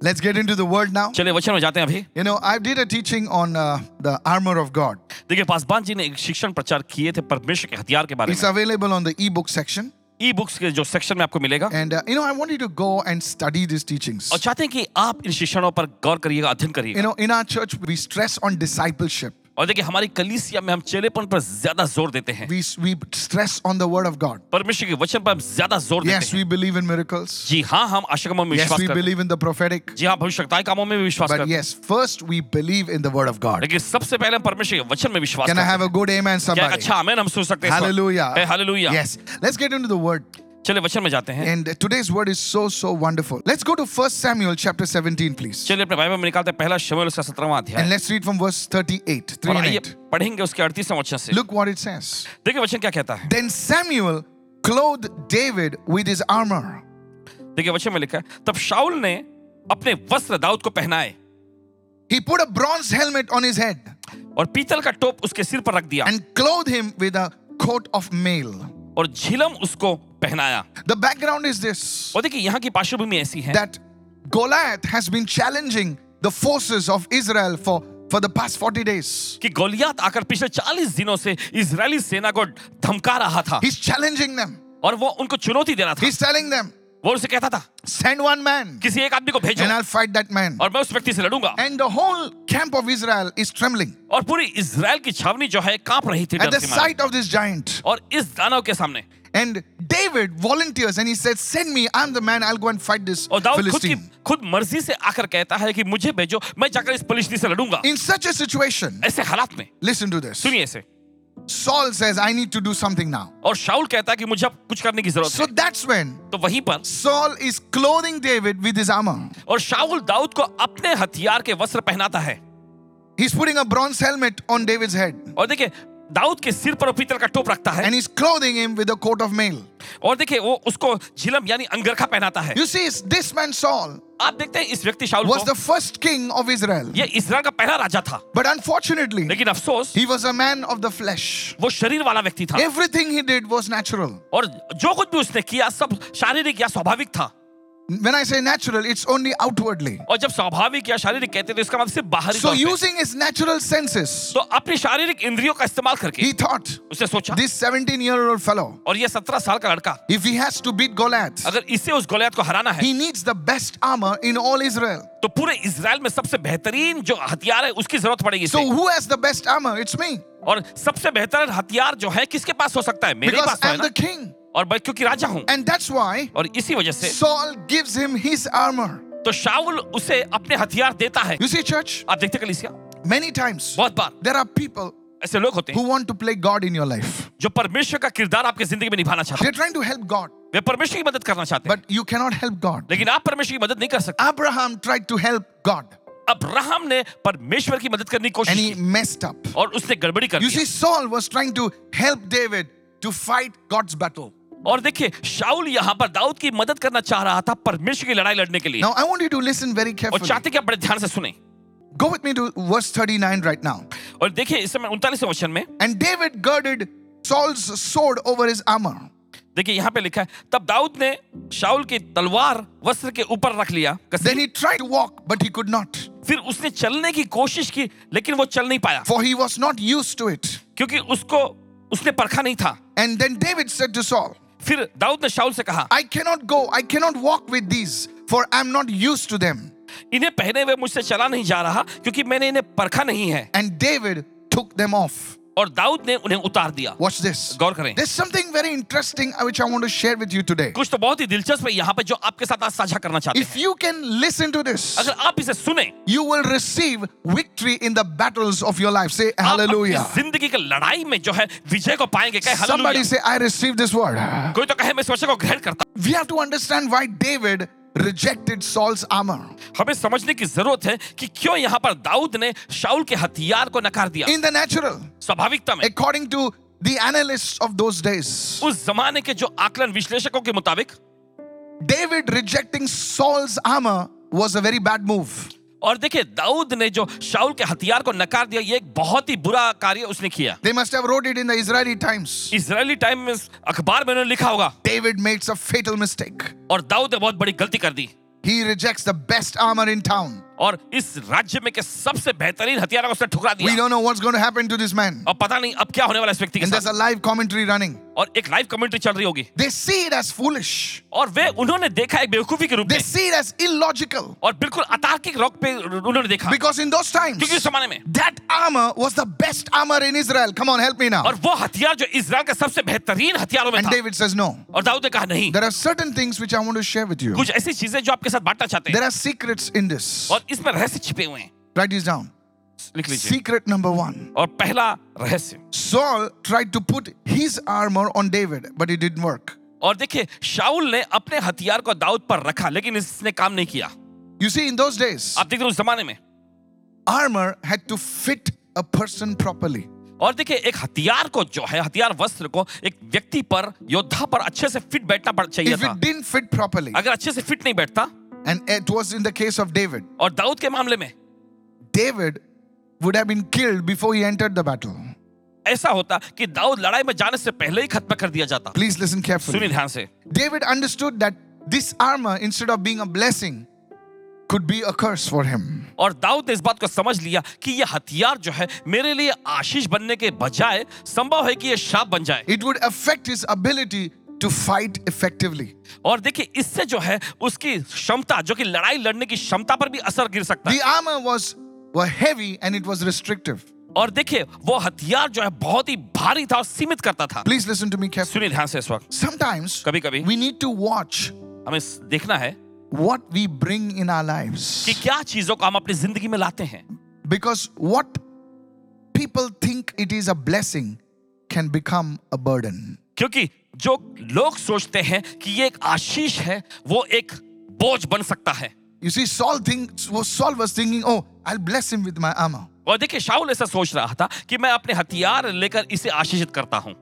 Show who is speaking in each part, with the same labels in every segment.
Speaker 1: Let's get into the word now.
Speaker 2: चलिए वचन में जाते हैं अभी
Speaker 1: You know, I did a teaching on uh, the armor of God.
Speaker 2: देखिए पासवान जी ने एक शिक्षण प्रचार किए थे परमेश्वर के हथियार के बारे
Speaker 1: It's available on the e-book section.
Speaker 2: में ई बुक्स के जो सेक्शन में आपको मिलेगा
Speaker 1: And, uh, you know, I want you to go and study these teachings.
Speaker 2: और चाहते हैं कि आप इन शिक्षणों पर गौर करिएगा अध्ययन
Speaker 1: You
Speaker 2: करिएगा
Speaker 1: know, in our church, we stress on discipleship.
Speaker 2: और देखिए हमारी कलीसिया में हम चेलेपन पर ज्यादा जोर देते हैं
Speaker 1: We, we stress on the word of God.
Speaker 2: परमेश्वर के वचन पर हम ज्यादा जोर देते
Speaker 1: Yes,
Speaker 2: हैं
Speaker 1: we believe in miracles.
Speaker 2: जी हाँ हम आशकमों में
Speaker 1: Yes,
Speaker 2: विश्वास
Speaker 1: we
Speaker 2: करते हैं
Speaker 1: believe in the prophetic.
Speaker 2: जी हाँ भविष्यताएं कामों में भी विश्वास
Speaker 1: But
Speaker 2: करते हैं
Speaker 1: yes, first we believe in the word of God.
Speaker 2: लेकिन सबसे पहले हम परमेश्वर के वचन में विश्वास
Speaker 1: Can I
Speaker 2: करते हैं
Speaker 1: have a good amen,
Speaker 2: क्या एक
Speaker 1: somebody?
Speaker 2: अच्छा आमेन हम सुन सकते हैं
Speaker 1: Hallelujah.
Speaker 2: Hallelujah
Speaker 1: Yes. Let's get into the word.
Speaker 2: चलिए वचन में जाते हैं
Speaker 1: And today's word is so, so wonderful. Let's go to 1 Samuel chapter 17, please.
Speaker 2: चलिए अपने बाइबल में निकालते हैं पहला शमूएल उसका 17वां
Speaker 1: And
Speaker 2: अध्याय
Speaker 1: let's read from verse 38, 3
Speaker 2: और
Speaker 1: and
Speaker 2: आइए
Speaker 1: 8.
Speaker 2: पढ़ेंगे उसके 38वें वचन से
Speaker 1: Look what it says.
Speaker 2: देखिए वचन क्या कहता है
Speaker 1: Then Samuel clothed David with his armor.
Speaker 2: देखिए वचन में लिखा है तब शाऊल ने अपने वस्त्र दाऊद को पहनाए
Speaker 1: He put a bronze helmet on his head
Speaker 2: और पीतल का टोप उसके सिर पर रख दिया
Speaker 1: and clothed him with a coat of mail.
Speaker 2: और झिलम उसको पहनाया
Speaker 1: The background is this
Speaker 2: और देखिए यहाँ की पार्श्वभूमि ऐसी है
Speaker 1: that Goliath has been challenging the forces of Israel for, for the past 40 days.
Speaker 2: कि गोलियात आकर पिछले 40 दिनों से इजरायली सेना को धमका रहा था
Speaker 1: He's challenging them.
Speaker 2: और वो उनको चुनौती दे रहा था
Speaker 1: He's telling them,
Speaker 2: वो उनसे कहता था
Speaker 1: send one man
Speaker 2: किसी एक आदमी को
Speaker 1: and
Speaker 2: भेजो
Speaker 1: I'll fight that man.
Speaker 2: और मैं उस व्यक्ति से लड़ूंगा
Speaker 1: And the whole camp of Israel is trembling
Speaker 2: और पूरी इसराइल की छावनी जो है कांप रही थी
Speaker 1: at
Speaker 2: डर
Speaker 1: the
Speaker 2: से मारे।
Speaker 1: sight of this giant.
Speaker 2: और इस दानव के सामने
Speaker 1: And David volunteers and he says, Send me, I'm the man, I'll go and fight this
Speaker 2: और दाऊद खुद की
Speaker 1: Philistine.
Speaker 2: खुद मर्जी से आकर कहता है कि मुझे भेजो मैं जाकर इस पलिश्ती से लड़ूंगा
Speaker 1: In such a situation,
Speaker 2: ऐसे हालात में
Speaker 1: listen to this.
Speaker 2: सुनिए इसे
Speaker 1: Saul says, I need to do something now.
Speaker 2: और शाउल कहता है कि मुझे अब कुछ करने की जरूरत
Speaker 1: So
Speaker 2: है
Speaker 1: that's when
Speaker 2: तो वहीं पर
Speaker 1: Saul is clothing David with his armor.
Speaker 2: और शाउल दाऊद को अपने हथियार के वस्त्र पहनाता है
Speaker 1: He's putting a bronze helmet on David's head
Speaker 2: और देखिए दाऊद के सिर पर वो पीतल का टोप रखता है
Speaker 1: and he's clothing him with a coat of mail.
Speaker 2: और देखिए वो उसको झिलम यानी अंगरखा पहनाता है
Speaker 1: You see, this man Saul
Speaker 2: आप देखते हैं इस व्यक्ति शाउल
Speaker 1: was
Speaker 2: को
Speaker 1: the first king of Israel.
Speaker 2: ये इसराइल का पहला राजा था
Speaker 1: But unfortunately,
Speaker 2: लेकिन अफसोस
Speaker 1: he was a man of the flesh.
Speaker 2: वो शरीर वाला व्यक्ति था
Speaker 1: Everything he did was natural.
Speaker 2: और जो कुछ भी उसने किया सब शारीरिक या स्वाभाविक था
Speaker 1: When I say natural, it's only outwardly.
Speaker 2: और जब स्वाभाविक या शारीरिक कहते हैं तो इसका मतलब सिर्फ बाहरी
Speaker 1: So,
Speaker 2: तौर पे।
Speaker 1: using his natural senses,
Speaker 2: तो अपनी शारीरिक इंद्रियों का इस्तेमाल करके
Speaker 1: he thought
Speaker 2: उसने सोचा
Speaker 1: this 17 year old fellow,
Speaker 2: और ये सत्रह साल का लड़का
Speaker 1: if he has to beat Goliath,
Speaker 2: अगर इसे उस गोलियात को हराना है
Speaker 1: he needs the best armor in all Israel.
Speaker 2: तो पूरे इसराइल में सबसे बेहतरीन जो हथियार है उसकी जरूरत पड़ेगी इसे।
Speaker 1: So, who has the best armor? It's me.
Speaker 2: और सबसे बेहतर हथियार जो है किसके पास हो सकता है मेरे
Speaker 1: Because
Speaker 2: पास तो है
Speaker 1: I'm
Speaker 2: ना
Speaker 1: the king.
Speaker 2: और मैं क्योंकि राजा हूँ
Speaker 1: And that's why
Speaker 2: और इसी वजह से
Speaker 1: Saul gives him his armor.
Speaker 2: तो शाउल उसे अपने हथियार देता है
Speaker 1: You see, church,
Speaker 2: आप देखते हैं कलीसिया
Speaker 1: many times
Speaker 2: बहुत बार
Speaker 1: there are people
Speaker 2: ऐसे लोग होते हैं
Speaker 1: who want to play God in your life.
Speaker 2: जो परमेश्वर का किरदार आपके जिंदगी में निभाना चाहते
Speaker 1: They're trying to help God,
Speaker 2: हैं वे परमेश्वर की मदद करना चाहते हैं
Speaker 1: but you cannot help God.
Speaker 2: लेकिन आप परमेश्वर की मदद नहीं कर सकते
Speaker 1: Abraham tried to help God
Speaker 2: Abraham ने परमेश्वर की मदद करने की
Speaker 1: and
Speaker 2: कोशिश
Speaker 1: he
Speaker 2: की
Speaker 1: messed up.
Speaker 2: और उसने गड़बड़ी कर
Speaker 1: You
Speaker 2: the
Speaker 1: see, Saul was trying to help David to fight God's battle.
Speaker 2: और देखिए शाउल यहाँ पर दाऊद की मदद करना चाह रहा था परमेश्वर की लड़ाई लड़ने के लिए
Speaker 1: Now, I want you to listen very
Speaker 2: और
Speaker 1: carefully.
Speaker 2: चाहते कि आप बड़े ध्यान से सुने
Speaker 1: Go with me to verse 39 right now.
Speaker 2: और देखिए इस समय उनतालीसवें वचन में
Speaker 1: And David girded Saul's sword over his armor.
Speaker 2: देखिए यहाँ पे लिखा है तब दाऊद ने शाउल की तलवार वस्त्र के ऊपर रख लिया
Speaker 1: Then
Speaker 2: कसरी
Speaker 1: he tried to walk, but he could not,
Speaker 2: फिर उसने चलने की कोशिश की लेकिन वो चल नहीं पाया
Speaker 1: for he was not used to it.
Speaker 2: क्योंकि उसको उसने परखा नहीं था
Speaker 1: And then David said to Saul,
Speaker 2: फिर दाऊद ने शाउल से कहा
Speaker 1: I cannot go, I cannot walk with these, for I'm not used to them.
Speaker 2: इन्हें पहने हुए मुझसे चला नहीं जा रहा क्योंकि मैंने इन्हें परखा नहीं है
Speaker 1: And David took them off.
Speaker 2: और दाऊद ने उन्हें उतार दिया
Speaker 1: Watch this.
Speaker 2: गौर करें
Speaker 1: There's something very interesting uh, which I want to share with you today.
Speaker 2: कुछ तो बहुत ही दिलचस्प है यहाँ पे जो आपके साथ आज साझा करना चाहते हैं
Speaker 1: If you can listen to this,
Speaker 2: अगर आप इसे सुने
Speaker 1: you will receive victory in the battles of your life. Say
Speaker 2: आप अपनी
Speaker 1: hallelujah.
Speaker 2: जिंदगी की लड़ाई में जो है विजय को पाएंगे कहे
Speaker 1: Somebody
Speaker 2: hallelujah
Speaker 1: say, I receive this word.
Speaker 2: कोई तो कहे मैं इस वचन को ग्रहण करता
Speaker 1: We have to understand why David rejected Saul's armor.
Speaker 2: हूं। हमें समझने की जरूरत है कि क्यों यहाँ पर दाऊद ने शाउल के हथियार को नकार दिया
Speaker 1: In the natural,
Speaker 2: स्वाभाविकता में
Speaker 1: according to the analysts of those days,
Speaker 2: उस जमाने के जो आकलन विश्लेषकों के मुताबिक
Speaker 1: David rejecting Saul's armor was a very bad move.
Speaker 2: और देखिए दाऊद ने जो शाउल के हथियार को नकार दिया ये एक बहुत ही बुरा कार्य उसने किया
Speaker 1: They must have wrote it in the Israeli times.
Speaker 2: Israeli time में अखबार में उन्होंने लिखा होगा
Speaker 1: David makes a fatal mistake.
Speaker 2: और दाऊद ने बहुत बड़ी गलती कर दी
Speaker 1: He rejects the best armor in town.
Speaker 2: और इस राज्य में के सबसे बेहतरीन हथियार को उसने ठुकरा
Speaker 1: We
Speaker 2: दिया
Speaker 1: don't know what's going to happen to this man.
Speaker 2: और पता नहीं अब क्या होने वाला है इस व्यक्ति के
Speaker 1: And there's
Speaker 2: साथ
Speaker 1: a live commentary running.
Speaker 2: और एक लाइव कमेंट्री चल रही होगी
Speaker 1: They see it as foolish.
Speaker 2: और वे उन्होंने देखा एक बेवकूफी के रूप
Speaker 1: They
Speaker 2: में
Speaker 1: see it as illogical.
Speaker 2: और बिल्कुल अतार्किक रोक पे उन्होंने देखा
Speaker 1: Because in those times,
Speaker 2: क्योंकि उस समय में
Speaker 1: that armor was the best armor in Israel. Come on, help me now.
Speaker 2: और वो हथियार जो इसराइल का सबसे बेहतरीन हथियारों में
Speaker 1: And
Speaker 2: था
Speaker 1: David says, No.
Speaker 2: और दाऊद ने कहा नहीं
Speaker 1: There are certain things which I want to share with you.
Speaker 2: कुछ ऐसी चीजें जो आपके साथ बांटना चाहते हैं
Speaker 1: There are secrets in this.
Speaker 2: और इसमें रहस्य छिपे हुए हैं
Speaker 1: Write this down.
Speaker 2: लिख लीजिए
Speaker 1: Secret number one.
Speaker 2: और पहला रहस्य
Speaker 1: Saul tried to put his armor on David, but it didn't work.
Speaker 2: और देखिए शाउल ने अपने हथियार को दाऊद पर रखा लेकिन इसने काम नहीं किया
Speaker 1: You see, in those days,
Speaker 2: आप देखते हैं उस जमाने में
Speaker 1: armor had to fit a person properly.
Speaker 2: और देखिए एक हथियार को जो है हथियार वस्त्र को एक व्यक्ति पर योद्धा पर अच्छे से फिट बैठना पड़- चाहिए
Speaker 1: If
Speaker 2: था
Speaker 1: it didn't fit properly,
Speaker 2: अगर अच्छे से फिट नहीं बैठता
Speaker 1: and it was in the case of David,
Speaker 2: और दाऊद के मामले में
Speaker 1: David would have been killed before he entered the battle.
Speaker 2: ऐसा होता कि दाऊद लड़ाई में जाने से पहले ही खत्म कर दिया जाता
Speaker 1: Please listen
Speaker 2: सुनिए
Speaker 1: carefully.
Speaker 2: ध्यान से
Speaker 1: David understood that this armor, instead of being a blessing, could be a curse for him.
Speaker 2: और दाऊद ने इस बात को समझ लिया कि यह हथियार जो है मेरे लिए आशीष बनने के बजाय संभव है कि यह शाप बन जाए
Speaker 1: It would affect his ability to fight effectively.
Speaker 2: और देखिए इससे जो है उसकी क्षमता जो कि लड़ाई लड़ने की क्षमता पर भी असर गिर सकता है
Speaker 1: The armor was were heavy and it was restrictive.
Speaker 2: और देखिए वो हथियार जो है बहुत ही भारी था और सीमित करता था
Speaker 1: Please listen to me carefully.
Speaker 2: सुनिए ध्यान से इस वक्त
Speaker 1: Sometimes
Speaker 2: कभी कभी
Speaker 1: we need to watch
Speaker 2: हमें देखना है
Speaker 1: what we bring in our
Speaker 2: कि
Speaker 1: lives
Speaker 2: क्या चीजों को हम अपनी जिंदगी में लाते हैं
Speaker 1: because what people think it is a blessing can become a burden.
Speaker 2: क्योंकि जो लोग सोचते हैं कि ये एक आशीष है वो एक बोझ बन सकता है
Speaker 1: You see, Saul thinks was Saul was thinking, "Oh, I'll bless him with my armor."
Speaker 2: और देखिए शाहुल ऐसा सोच रहा था कि मैं अपने हथियार लेकर इसे आशीषित करता हूँ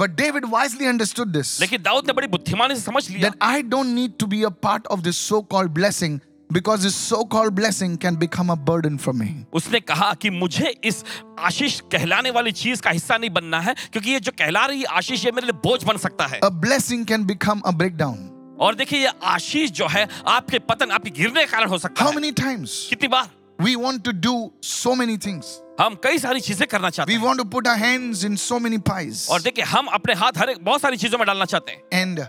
Speaker 1: But David wisely understood this
Speaker 2: लेकिन दाऊद ने बड़ी बुद्धिमानी से समझ लिया
Speaker 1: that I don't need to be a part of this so-called blessing because this so-called blessing can become a burden for me.
Speaker 2: उसने कहा कि मुझे इस आशीष कहलाने वाली चीज का हिस्सा नहीं बनना है क्योंकि ये जो कहला रही आशीष ये मेरे लिए बोझ बन सकता है
Speaker 1: A blessing can become a breakdown.
Speaker 2: और देखिए ये आशीष जो है आपके पतन आपके गिरने के कारण हो सकता
Speaker 1: How
Speaker 2: है
Speaker 1: many times
Speaker 2: कितनी बार
Speaker 1: we want to do so many things.
Speaker 2: हम कई सारी चीजें करना चाहते
Speaker 1: We
Speaker 2: हैं
Speaker 1: want to put our hands in so many pies.
Speaker 2: और देखिए हम अपने हाथ हर एक बहुत सारी चीजों में डालना चाहते हैं
Speaker 1: And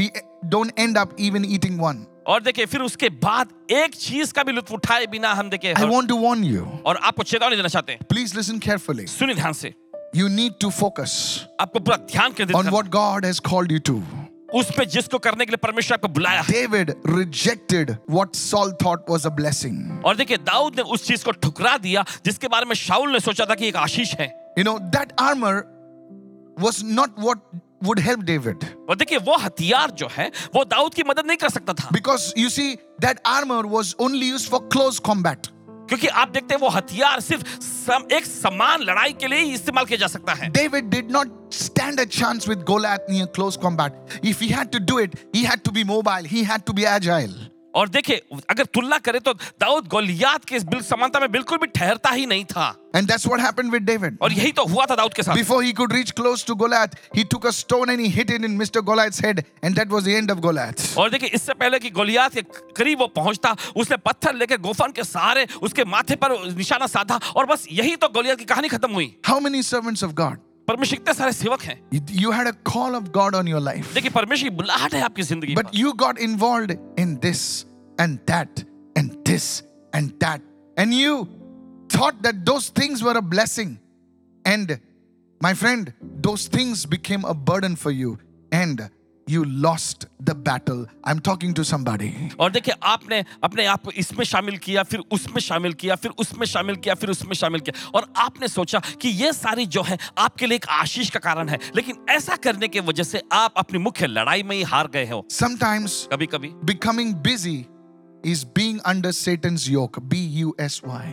Speaker 1: we don't end up even eating one.
Speaker 2: और देखिए फिर उसके बाद एक चीज का भी लुत्फ उठाए बिना हम देखिए
Speaker 1: I
Speaker 2: और-
Speaker 1: want to warn you.
Speaker 2: और आपको चेतावनी देना चाहते हैं
Speaker 1: Please listen carefully.
Speaker 2: सुनिए ध्यान से
Speaker 1: You need to focus
Speaker 2: आपको पूरा ध्यान केंद्रित
Speaker 1: on
Speaker 2: करना
Speaker 1: what God has called you to.
Speaker 2: उस पे जिसको करने के लिए परमेश्वर आपको बुलाया है
Speaker 1: David rejected what Saul thought was a blessing.
Speaker 2: और देखिए दाऊद ने उस चीज को ठुकरा दिया जिसके बारे में शाऊल ने सोचा था कि एक आशीष है
Speaker 1: You know, that armor was not what would help David.
Speaker 2: और देखिए वो हथियार जो है वो दाऊद की मदद नहीं कर सकता था
Speaker 1: Because you see, that armor was only used for close combat.
Speaker 2: क्योंकि आप देखते हैं वो हथियार सिर्फ सम, एक समान लड़ाई के लिए ही इस्तेमाल किया जा सकता है
Speaker 1: David did not stand a chance with Goliath near close combat. If he had to do it, he had to be mobile, he had to be agile.
Speaker 2: और देखिए अगर तुलना करें तो दाऊद गोलियात के इस बिल समानता में बिल्कुल भी ठहरता ही नहीं था
Speaker 1: And that's what happened with David.
Speaker 2: और यही तो हुआ था दाऊद के साथ
Speaker 1: Before he could reach close to Goliath, he took a stone and he hit it in Mr. Goliath's head, and that was the end of Goliath.
Speaker 2: और देखिए इससे पहले कि गोलियात के करीब वो पहुंचता उसने पत्थर लेकर गोफन के सहारे उसके माथे पर निशाना साधा और बस यही तो गोलियात की कहानी खत्म हुई
Speaker 1: How many servants of God?
Speaker 2: परमेश्वर कितने सारे सेवक हैं
Speaker 1: You- You had a call of God on your life,
Speaker 2: देखिए परमेश्वर की बुलाहट है आपकी जिंदगी
Speaker 1: but
Speaker 2: पर
Speaker 1: you got involved in this and that and this and that, and you thought that those things were a blessing. And my friend, those things became a burden for you, and you lost the battle. I'm talking to somebody.
Speaker 2: और देखिए आपने अपने आप को इसमें शामिल किया फिर उसमें शामिल किया फिर उसमें शामिल किया फिर उसमें शामिल किया और आपने सोचा कि ये सारी जो है आपके लिए एक आशीष का कारण है लेकिन ऐसा करने की वजह से आप अपनी मुख्य लड़ाई में ही हार गए हो
Speaker 1: Sometimes
Speaker 2: कभी कभी
Speaker 1: becoming busy is being under Satan's yoke. B U S Y.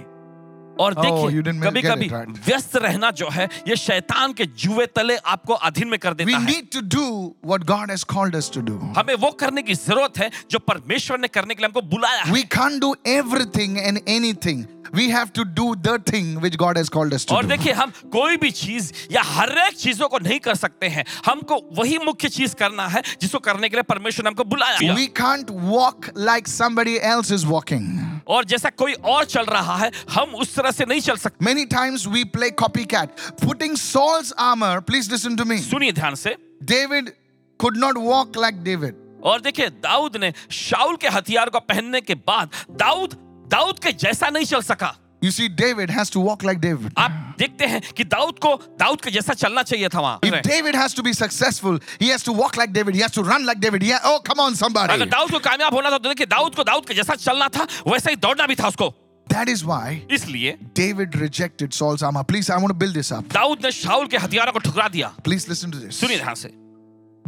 Speaker 2: और
Speaker 1: Oh, you
Speaker 2: देखिए
Speaker 1: didn't
Speaker 2: कभी
Speaker 1: get it
Speaker 2: कभी
Speaker 1: right.
Speaker 2: व्यस्त रहना जो है ये शैतान के जुए तले आपको अधीन में कर
Speaker 1: We
Speaker 2: देता है
Speaker 1: need to do what God has called us to do.
Speaker 2: हमें वो करने की जरूरत है जो परमेश्वर ने करने के लिए हमको बुलाया है
Speaker 1: We can't do everything and anything. we have to do the thing which God has called us to
Speaker 2: और
Speaker 1: do.
Speaker 2: देखिए हम कोई भी चीज या हर एक चीजों को नहीं कर सकते हैं हमको वही मुख्य चीज करना है जिसको करने के लिए परमेश्वर ने हमको बुलाया किया।
Speaker 1: We can't walk like somebody else is walking.
Speaker 2: और जैसा कोई और चल रहा है हम उस तरह से नहीं चल सकते
Speaker 1: Many times we play copycat. Putting Saul's armor, please listen to me.
Speaker 2: सुनिए ध्यान से
Speaker 1: David could not walk like David.
Speaker 2: और देखिए दाऊद ने शाउल के हथियार को पहनने के बाद दाऊद दाऊद के जैसा नहीं चल सका
Speaker 1: You see, David has to walk like David.
Speaker 2: आप देखते हैं कि दाऊद को दाऊद के जैसा चलना चाहिए था वहां
Speaker 1: If David has to be successful, he has to walk like David. He has to run like David. Yeah. Oh, come on,
Speaker 2: अगर
Speaker 1: somebody.
Speaker 2: दाऊद को कामयाब होना था तो देखिए दाऊद को दाऊद के जैसा चलना था वैसा ही दौड़ना भी था उसको
Speaker 1: That is why
Speaker 2: इसलिए
Speaker 1: David rejected Saul's armor. Please, I want to build this up.
Speaker 2: Dawood ने शाउल के हथियारों को ठुकरा दिया
Speaker 1: Please listen to this.
Speaker 2: सुनिए ध्यान से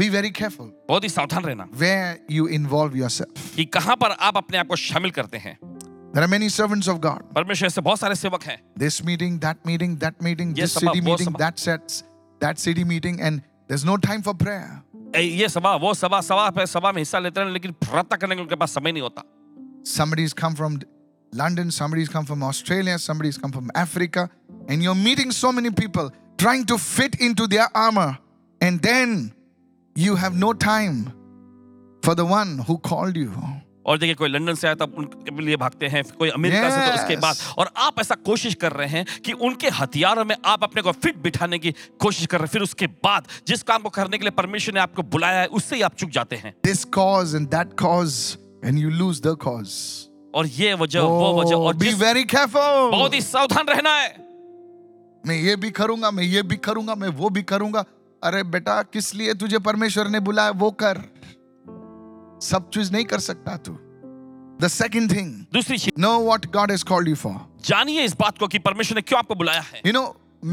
Speaker 1: Be very careful
Speaker 2: बहुत ही सावधान रहना
Speaker 1: where you involve yourself.
Speaker 2: कि कहां पर आप अपने आप को शामिल करते हैं
Speaker 1: There are many servants of God.
Speaker 2: परमेश्वर से बहुत सारे सेवक हैं
Speaker 1: this meeting, that meeting, that meeting, this
Speaker 2: Yes,
Speaker 1: city
Speaker 2: Sabha, wo
Speaker 1: meeting,
Speaker 2: Sabha.
Speaker 1: that sets, that city meeting, and there's no time for prayer.
Speaker 2: ए, ये सभा वो सभा सभा पे सभा में हिस्सा लेते हैं लेकिन प्रार्थना करने के उनके पास समय नहीं होता
Speaker 1: Somebody's come from London, somebody's come from Australia, somebody's come from Africa, and you're meeting so many people trying to fit into their armor, and then you have no time for the one who called you.
Speaker 2: और देखिए कोई London से आया तब उनके लिए भागते हैं कोई अमेरिका से तो उसके
Speaker 1: Yes.
Speaker 2: बाद और आप ऐसा कोशिश कर रहे हैं कि उनके हथियारों में आप अपने को फिट बिठाने की कोशिश कर रहे हैं फिर उसके बाद जिस काम को करने के लिए परमेश्वर ने आपको बुलाया है उससे ही आप चुक जाते हैं
Speaker 1: This cause and that cause, and you lose the cause.
Speaker 2: और ये वजह वो वजह
Speaker 1: Oh,
Speaker 2: और
Speaker 1: be
Speaker 2: जिस-
Speaker 1: very careful.
Speaker 2: बहुत ही सावधान रहना है
Speaker 1: मैं ये भी करूंगा मैं ये भी करूंगा मैं वो भी करूंगा अरे बेटा किस लिए तुझे परमेश्वर ने बुलाया वो कर सब चीज नहीं कर सकता तू द सेकेंड थिंग
Speaker 2: दूसरी चीज
Speaker 1: know what God is called you for
Speaker 2: जानिए इस बात को कि परमेश्वर ने क्यों आपको बुलाया है
Speaker 1: यू नो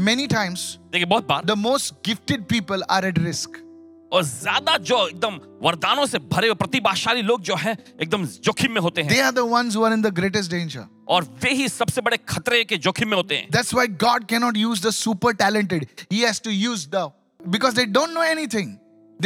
Speaker 1: मेनी टाइम्स
Speaker 2: देखिए बहुत बार
Speaker 1: the most gifted people are at risk
Speaker 2: और ज्यादा जो एकदम वरदानों से भरे हुए प्रतिभाशाली लोग जो हैं एकदम जोखिम में होते हैं
Speaker 1: they are the ones who are in the greatest danger
Speaker 2: और वे ही सबसे बड़े खतरे के जोखिम में होते हैं
Speaker 1: that's why god cannot use the super talented he has to use the because they don't know anything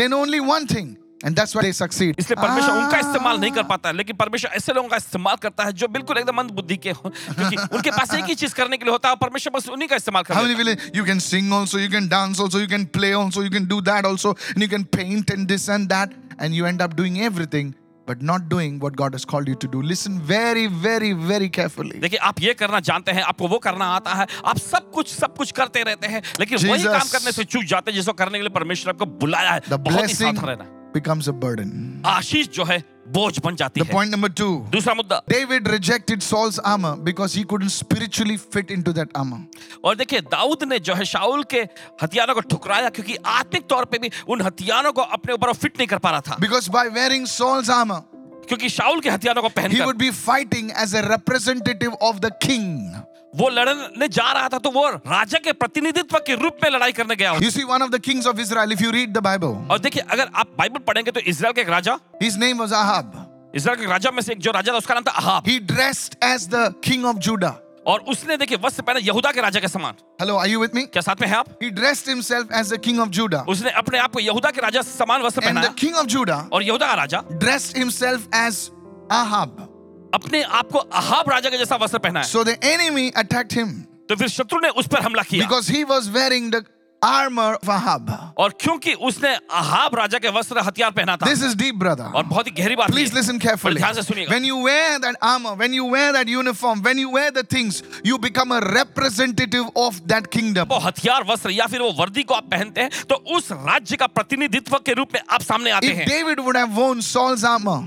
Speaker 1: they know only one thing and that's why they succeed
Speaker 2: इसलिए परमेश्वर उनका
Speaker 1: Ah.
Speaker 2: इस्तेमाल नहीं कर पाता है लेकिन परमेश्वर ऐसे लोगों का इस्तेमाल करता है जो बिल्कुल एकदम मंद बुद्धि के हों क्योंकि उनके पास एक ही चीज करने के लिए होता है और परमेश्वर बस उन्हीं का इस्तेमाल
Speaker 1: How
Speaker 2: करता
Speaker 1: many
Speaker 2: है
Speaker 1: will you can sing also, you can dance also, you can play also, you can do that also, and you can paint and this and that, and you end up doing everything, but not doing what God has called you to do. Listen very, very, very carefully.
Speaker 2: देखिए आप ये करना जानते हैं आपको वो करना आता है आप सब कुछ सब कुछ करते रहते हैं लेकिन वही
Speaker 1: Jesus.
Speaker 2: काम करने से चूक जाते हैं जिसको करने के लिए परमेश्वर ने आपको बुलाया है
Speaker 1: The
Speaker 2: बहुत ही
Speaker 1: blessing
Speaker 2: सावधान रहना है।
Speaker 1: becomes a burden.
Speaker 2: आशीष जो है बोझ बन जाती
Speaker 1: The
Speaker 2: है
Speaker 1: point number two.
Speaker 2: दूसरा मुद्दा
Speaker 1: David rejected Saul's armor because he couldn't spiritually fit into that armor.
Speaker 2: और देखिए दाऊद ने जो है शाऊल के हथियारों को ठुकराया क्योंकि आत्मिक तौर पे भी उन हथियारों को अपने ऊपर वो फिट नहीं कर पा रहा था
Speaker 1: Because by wearing Saul's armor,
Speaker 2: क्योंकि शाऊल के हथियारों को
Speaker 1: he
Speaker 2: पहनकर
Speaker 1: would be fighting as a representative of the king.
Speaker 2: वो लड़ने जा रहा था तो वो राजा के प्रतिनिधित्व के रूप में लड़ाई करने गया होता।
Speaker 1: You see, one of the kings of Israel, if you read the Bible,
Speaker 2: और देखिए अगर आप बाइबल पढ़ेंगे तो इसराइल के एक राजा
Speaker 1: his name was Ahab.
Speaker 2: Israel के राजा में से एक जो राजा था उसका नाम था Ahab
Speaker 1: He dressed as the king of Judah.
Speaker 2: और उसने देखिए वस्त्र पहने यहूदा के राजा के समान
Speaker 1: Hello, are you with me?
Speaker 2: क्या साथ में है आप
Speaker 1: He dressed himself as the king of Judah.
Speaker 2: उसने अपने आप को यहूदा के राजा समान वस्त्र
Speaker 1: And the
Speaker 2: पहनाया
Speaker 1: king of Judah
Speaker 2: और यहूदा का राजा
Speaker 1: dressed himself as Ahab.
Speaker 2: अपने आप को अहाब राजा के जैसा वस्त्र पहना है
Speaker 1: So the enemy attacked him
Speaker 2: तो फिर शत्रु ने उस पर हमला किया
Speaker 1: because he was wearing the armor of Ahab.
Speaker 2: और क्योंकि उसने अहाब राजा के वस्त्र हथियार पहना था
Speaker 1: This is deep, brother.
Speaker 2: और बहुत ही गहरी बात
Speaker 1: Please
Speaker 2: है।
Speaker 1: listen
Speaker 2: और
Speaker 1: carefully.
Speaker 2: ध्यान से सुनिएगा
Speaker 1: When you wear that armor, when you wear that uniform, when you wear the things, you become a representative of that kingdom.
Speaker 2: वो हथियार वस्त्र या फिर वो वर्दी को आप पहनते हैं तो उस राज्य का प्रतिनिधित्व के रूप में आप सामने आते
Speaker 1: If
Speaker 2: हैं
Speaker 1: David would have worn Saul's armor,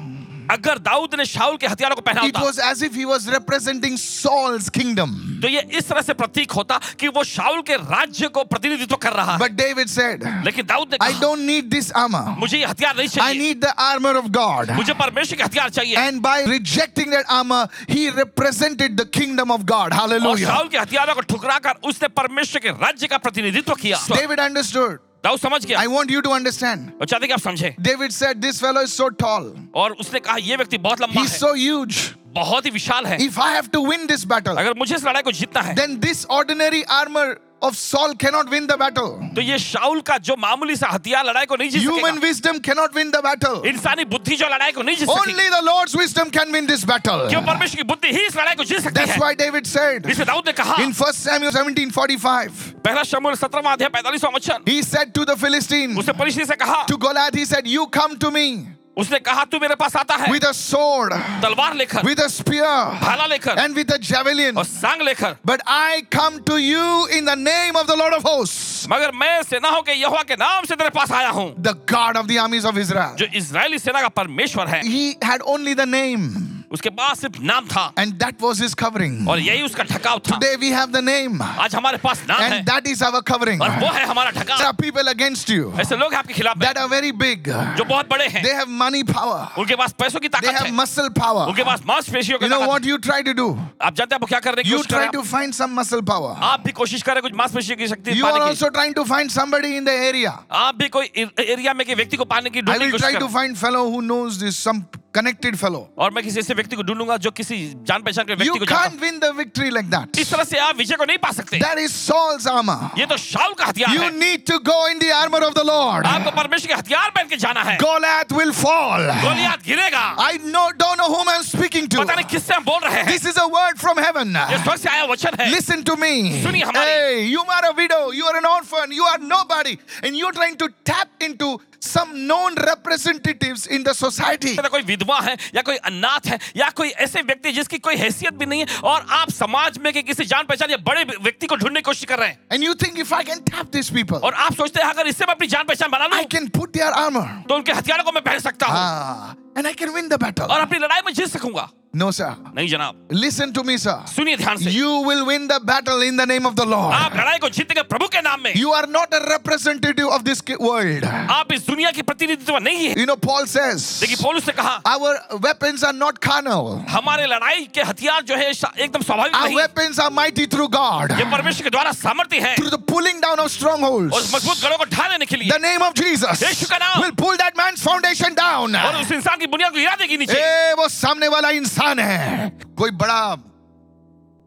Speaker 2: अगर दाऊद ने शाउल के हथियारों को पहना
Speaker 1: it
Speaker 2: होता
Speaker 1: was as if he was representing Saul's kingdom.
Speaker 2: तो ये इस तरह से प्रतीक होता कि वो शाउल के राज्य को प्रतिनिधित्व कर रहा है
Speaker 1: But David said,
Speaker 2: लेकिन दाऊद ने
Speaker 1: I
Speaker 2: कहा
Speaker 1: don't need this armor.
Speaker 2: मुझे ये हथियार नहीं
Speaker 1: I
Speaker 2: चाहिए
Speaker 1: need the armor of God.
Speaker 2: मुझे परमेश्वर के हथियार चाहिए
Speaker 1: And by rejecting that armor, he represented the kingdom of God.
Speaker 2: और
Speaker 1: Hallelujah.
Speaker 2: शाउल के हथियारों को ठुकरा कर उसने परमेश्वर के राज्य का प्रतिनिधित्व किया
Speaker 1: David understood.
Speaker 2: दाऊद समझ गया
Speaker 1: I want you to understand.
Speaker 2: और चाहते कि आप समझे
Speaker 1: David said, This fellow is so tall.
Speaker 2: और उसने कहा ये व्यक्ति बहुत लंबा
Speaker 1: He's
Speaker 2: है
Speaker 1: so huge.
Speaker 2: बहुत ही विशाल है
Speaker 1: If I have to win this battle,
Speaker 2: अगर मुझे इस लड़ाई को जीतना है
Speaker 1: then this ordinary armor of Saul cannot win the battle.
Speaker 2: तो ये शाउल का जो मामूली सा हथियार लड़ाई को नहीं जीत
Speaker 1: Human
Speaker 2: सकेगा
Speaker 1: wisdom cannot win the battle.
Speaker 2: इंसानी बुद्धि जो लड़ाई को नहीं जीत सकेगी
Speaker 1: Only the Lord's wisdom can win this battle.
Speaker 2: क्यों परमेश्वर की बुद्धि ही इस लड़ाई को जीत सकती
Speaker 1: That's
Speaker 2: है
Speaker 1: why David said
Speaker 2: इसलिए दाऊद ने कहा
Speaker 1: in 1 Samuel 17:45,
Speaker 2: पहला शमूएल 17वां अध्याय 45वां वचन
Speaker 1: he said to the Philistine,
Speaker 2: उसने परिश्री से कहा
Speaker 1: to Goliath, he said, You come to me
Speaker 2: उसने कहा तू मेरे पास आता है
Speaker 1: with a sword,
Speaker 2: तलवार लेकर
Speaker 1: with a spear,
Speaker 2: भाला लेकर
Speaker 1: and with a javelin.
Speaker 2: और सांग लेकर
Speaker 1: But I come to you in the name of the Lord of hosts,
Speaker 2: मगर मैं सेनाओं के यहोवा के नाम से तेरे पास आया हूँ
Speaker 1: the God of the armies of Israel.
Speaker 2: जो इजरायली सेना का परमेश्वर है
Speaker 1: He had only the name,
Speaker 2: उसके पास सिर्फ नाम था
Speaker 1: and that was his covering.
Speaker 2: और यही उसका ठकाव था
Speaker 1: Today we have the name,
Speaker 2: आज हमारे पास नाम है
Speaker 1: and that is our covering.
Speaker 2: और वो
Speaker 1: There
Speaker 2: है हमारा ठकाव
Speaker 1: are people against you
Speaker 2: ऐसे लोग हैं आपके खिलाफ हैं,
Speaker 1: that are very big,
Speaker 2: जो
Speaker 1: they
Speaker 2: बहुत बड़े हैं
Speaker 1: have money power,
Speaker 2: उनके पास पैसों की
Speaker 1: they
Speaker 2: ताकत
Speaker 1: have
Speaker 2: है
Speaker 1: muscle power.
Speaker 2: उनके पास मांसपेशियों की
Speaker 1: You know
Speaker 2: ताकत
Speaker 1: what you try to do?
Speaker 2: है। आप जानते हैं आप क्या करने की
Speaker 1: You
Speaker 2: कोशिश कर रहे
Speaker 1: try
Speaker 2: हैं
Speaker 1: to find some muscle power.
Speaker 2: आप? आप भी कोशिश कर रहे हैं कुछ मांसपेशियों की शक्ति
Speaker 1: You are
Speaker 2: पाने की
Speaker 1: also trying to find somebody in the area.
Speaker 2: आप भी कोई ए- एरिया में के व्यक्ति को पाने की
Speaker 1: I
Speaker 2: ढूंढने की
Speaker 1: will
Speaker 2: कोशिश
Speaker 1: try
Speaker 2: कर
Speaker 1: to
Speaker 2: रहे हैं।
Speaker 1: find fellow who knows this, some connected fellow.
Speaker 2: और मैं किसी ऐसे व्यक्ति को ढूंढूंगा जो किसी जान पहचान के
Speaker 1: You
Speaker 2: व्यक्ति को जानता
Speaker 1: can't win the victory like that.
Speaker 2: हूं। इस तरह से आप विजय को नहीं पा सकते
Speaker 1: That is Saul's armor.
Speaker 2: ये तो शाल का हथियार
Speaker 1: You
Speaker 2: है
Speaker 1: need to go in the armor of the Lord.
Speaker 2: आपको परमेश्वर के हथियार पहन के जाना है
Speaker 1: Goliath will fall.
Speaker 2: गोलियात गिरेगा
Speaker 1: I know, don't know whom I'm speaking
Speaker 2: पता
Speaker 1: to.
Speaker 2: नहीं किससे हम बोल रहे हैं
Speaker 1: This is a word from heaven.
Speaker 2: ये स्वर्ग से आया वचन है
Speaker 1: Listen to me.
Speaker 2: सुनिए हमारी।
Speaker 1: Hey, you are a widow, you are an orphan, you are nobody, and you're trying to tap into some known representatives in the society.
Speaker 2: या कोई विधवा है या कोई अनाथ है या कोई ऐसे व्यक्ति जिसकी कोई हैसियत भी नहीं है और आप समाज में के किसी जान पहचान या बड़े व्यक्ति को ढूंढने की कोशिश कर रहे हैं
Speaker 1: And you think if I can tap these people,
Speaker 2: और आप सोचते हैं अगर इससे मैं अपनी जान पहचान बना लूं
Speaker 1: I can put their armor.
Speaker 2: तो उनके हथियारों को मैं पहन सकता हूँ
Speaker 1: Ah, and I can win the battle.
Speaker 2: और अपनी लड़ाई में जीत सकूंगा
Speaker 1: No, sir.
Speaker 2: नहीं जनाब
Speaker 1: Listen to me, sir.
Speaker 2: सुनिए ध्यान से
Speaker 1: You will win the battle in the name of the Lord.
Speaker 2: आप लड़ाई को जीतेंगे प्रभु के नाम में
Speaker 1: You are not a representative of this ki- world.
Speaker 2: आप इस दुनिया की प्रतिनिधित्व नहीं है
Speaker 1: You know, Paul says,
Speaker 2: देखिए पौलुस ने कहा
Speaker 1: Our weapons are not carnal,
Speaker 2: हमारे लड़ाई के हथियार जो है शा- एकदम स्वाभाविक
Speaker 1: our
Speaker 2: नहीं है।
Speaker 1: weapons are mighty through God,
Speaker 2: ये परमेश्वर के द्वारा सामर्थ्य है
Speaker 1: through the pulling down of strongholds.
Speaker 2: और उस मजबूत गढ़ों को ढा लेने के लिए
Speaker 1: The name of Jesus
Speaker 2: यीशु का नाम।
Speaker 1: will pull that man's foundation down.
Speaker 2: और उस इंसान की बुनियाद को गिरा देगी नीचे
Speaker 1: ए, वो सामने वाला इंसान है कोई बड़ा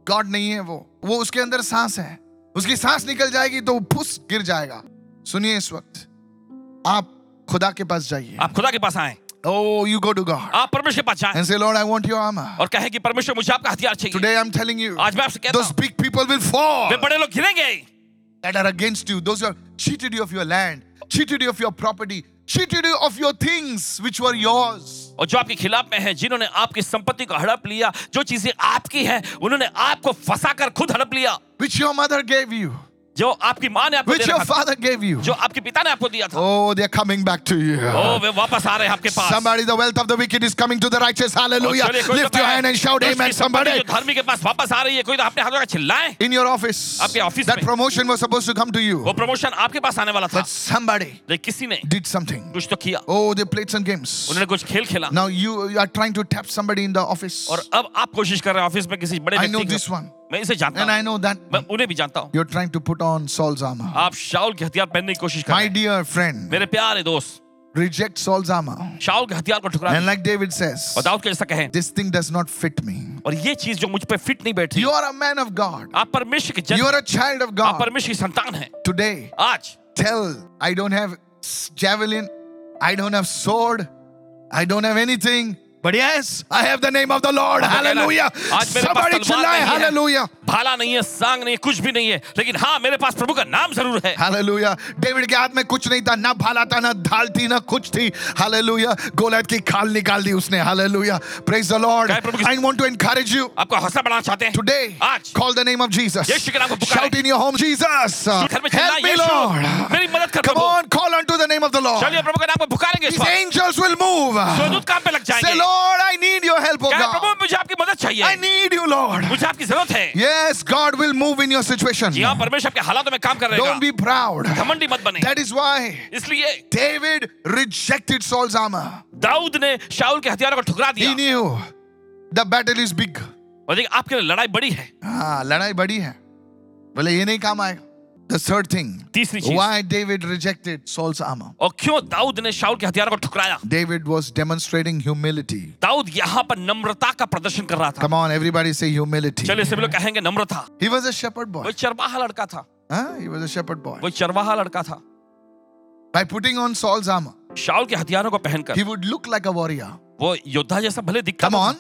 Speaker 1: गॉड नहीं है वो वो उसके अंदर सांस है उसकी सांस निकल जाएगी तो वो फुस गिर जाएगा सुनिए इस वक्त आप खुदा के पास जाइए
Speaker 2: आप खुदा के पास आए
Speaker 1: Oh, you go to God
Speaker 2: आप परमेश्वर के पास जाए
Speaker 1: and say, Lord, I want your armor.
Speaker 2: और कहे कि परमेश्वर मुझे आपका हथियार चाहिए
Speaker 1: Today I'm telling you,
Speaker 2: आज मैं आपसे कहता
Speaker 1: those
Speaker 2: हूँ
Speaker 1: big people will fall
Speaker 2: वे बड़े लोग गिरेंगे
Speaker 1: that are against you, those who have cheated you of your land, cheated you of your property, cheated you of your things which were yours.
Speaker 2: और जो आपके खिलाफ में है जिन्होंने आपकी संपत्ति को हड़प लिया जो चीजें आपकी हैं उन्होंने आपको फंसा कर खुद हड़प लिया
Speaker 1: Which your mother gave you,
Speaker 2: जो आपकी माँ ने आपको दे
Speaker 1: which your
Speaker 2: रखा था,
Speaker 1: father gave you.
Speaker 2: जो आपके पिता ने आपको दिया था
Speaker 1: Oh, they're coming back to you.
Speaker 2: ओ वे वापस आ रहे हैं आपके पास
Speaker 1: Somebody, the wealth of the wicked is coming to the righteous. Hallelujah.
Speaker 2: और चलिए, कोई
Speaker 1: Lift
Speaker 2: तो
Speaker 1: your
Speaker 2: कहे,
Speaker 1: hand and shout
Speaker 2: जो
Speaker 1: amen,
Speaker 2: उसकी संपत्ति
Speaker 1: somebody.
Speaker 2: जो धर्मी के पास वापस आ रही है कोई तो अपने हाथों का चिल्लाए
Speaker 1: In your office, Oh,
Speaker 2: आपके ऑफिस
Speaker 1: that
Speaker 2: में।
Speaker 1: promotion was supposed to come to
Speaker 2: वो
Speaker 1: you,
Speaker 2: प्रमोशन आपके पास आने वाला था
Speaker 1: but somebody
Speaker 2: लेकिन किसी ने
Speaker 1: did something.
Speaker 2: कुछ तो किया
Speaker 1: Oh, they played some games.
Speaker 2: उन्होंने कुछ खेल खेला
Speaker 1: Now you you are trying to tap somebody in the office.
Speaker 2: और अब आप कोशिश कर रहे हैं ऑफिस में किसी बड़े
Speaker 1: I know
Speaker 2: व्यक्ति
Speaker 1: this
Speaker 2: को-
Speaker 1: one,
Speaker 2: मैं इसे जानता
Speaker 1: and
Speaker 2: हूँ
Speaker 1: I know that
Speaker 2: मैं उन्हें भी जानता हूँ
Speaker 1: you're trying to put on Saul's armor.
Speaker 2: आप शाउल के हथियार पहनने की कोशिश कर रहे
Speaker 1: My
Speaker 2: हैं
Speaker 1: dear friend,
Speaker 2: मेरे प्यारे दोस्त
Speaker 1: reject Saul's armor.
Speaker 2: शाउल के हथियार को ठुकरा
Speaker 1: And
Speaker 2: दिया।
Speaker 1: like David says,
Speaker 2: और दाऊद के जैसा कहें
Speaker 1: this thing does not fit me.
Speaker 2: और ये चीज जो मुझ पे फिट नहीं बैठी
Speaker 1: You are a man of God.
Speaker 2: आप परमेश्वर के जन
Speaker 1: You are a child of
Speaker 2: आप
Speaker 1: God.
Speaker 2: परमेश्वर की संतान है
Speaker 1: Today,
Speaker 2: आज
Speaker 1: tell I don't have s- javelin, I don't have sword, I don't have anything. But yes, I have the name of the Lord.
Speaker 2: आपको कहना है,
Speaker 1: Hallelujah.
Speaker 2: आज मेरे पास
Speaker 1: Somebody
Speaker 2: तलवार
Speaker 1: chillai,
Speaker 2: नहीं है,
Speaker 1: hallelujah.
Speaker 2: भाला नहीं है सांग नहीं है कुछ भी नहीं है लेकिन हाँ मेरे पास प्रभु का नाम जरूर है
Speaker 1: हालेलुया डेविड के हाथ में कुछ नहीं था ना भाला था ना ढाल थी ना कुछ थी हालेलुया गोलायत की खाल निकाल दी उसने हालेलुया प्रेज द लॉर्ड
Speaker 2: क्या है प्रभु की-
Speaker 1: I want to encourage you
Speaker 2: आपका हौसला बढ़ाना चाहते हैं
Speaker 1: टुडे
Speaker 2: आज
Speaker 1: call the name of Jesus
Speaker 2: यीशु के नाम को पुकारें।
Speaker 1: Shout in your home Jesus
Speaker 2: घर में चिल्ला
Speaker 1: हेल्प मी
Speaker 2: यीशु
Speaker 1: लॉर्ड
Speaker 2: मेरी मदद कर
Speaker 1: कम
Speaker 2: प्रभु
Speaker 1: on call on to the name of the
Speaker 2: चलिए
Speaker 1: लॉर्ड
Speaker 2: प्रभु के नाम को पुकारेंगे इस
Speaker 1: His
Speaker 2: bar
Speaker 1: angels will move.
Speaker 2: स्वरदूत काम पे लग
Speaker 1: Say,
Speaker 2: जाएंगे
Speaker 1: Lord, I need your help, oh
Speaker 2: क्या है, प्रभु
Speaker 1: God.
Speaker 2: मुझे आपकी मदद चाहिए
Speaker 1: I need you, Lord.
Speaker 2: मुझे आपकी जरूरत है
Speaker 1: Yes, God will move in your situation.
Speaker 2: जी हाँ परमेश्वर आपके हालातों में काम कर
Speaker 1: Don't
Speaker 2: रहेगा
Speaker 1: be proud.
Speaker 2: घमंडी मत बने
Speaker 1: That is why
Speaker 2: इसलिए
Speaker 1: David rejected Saul's armor.
Speaker 2: Dawood ने शाउल के हथियारों को ठुकरा दिया
Speaker 1: He knew the battle is big.
Speaker 2: और देखिए आपके लिए लड़ाई बड़ी है
Speaker 1: हाँ लड़ाई बड़ी है बोले ये नहीं काम आएगा द थर्ड थिंग
Speaker 2: तीसरी चीज
Speaker 1: why David rejected Saul's armor.
Speaker 2: और क्यों दाऊद ने शाउल के हथियारों को ठुकराया
Speaker 1: David was demonstrating humility.
Speaker 2: Dawood यहाँ पर नम्रता का प्रदर्शन कर रहा था
Speaker 1: Come on, everybody say humility.
Speaker 2: चलिए सभी लोग कहेंगे नम्रता
Speaker 1: He was a shepherd boy.
Speaker 2: वो चरवाहा लड़का था
Speaker 1: Huh? He was a shepherd boy.
Speaker 2: वो चरवाहा लड़का था
Speaker 1: By putting on Saul's armor,
Speaker 2: शाल के हथियारों को पहनकर
Speaker 1: he would look like a warrior.
Speaker 2: वो योद्धा जैसा भले दिखता
Speaker 1: Come on.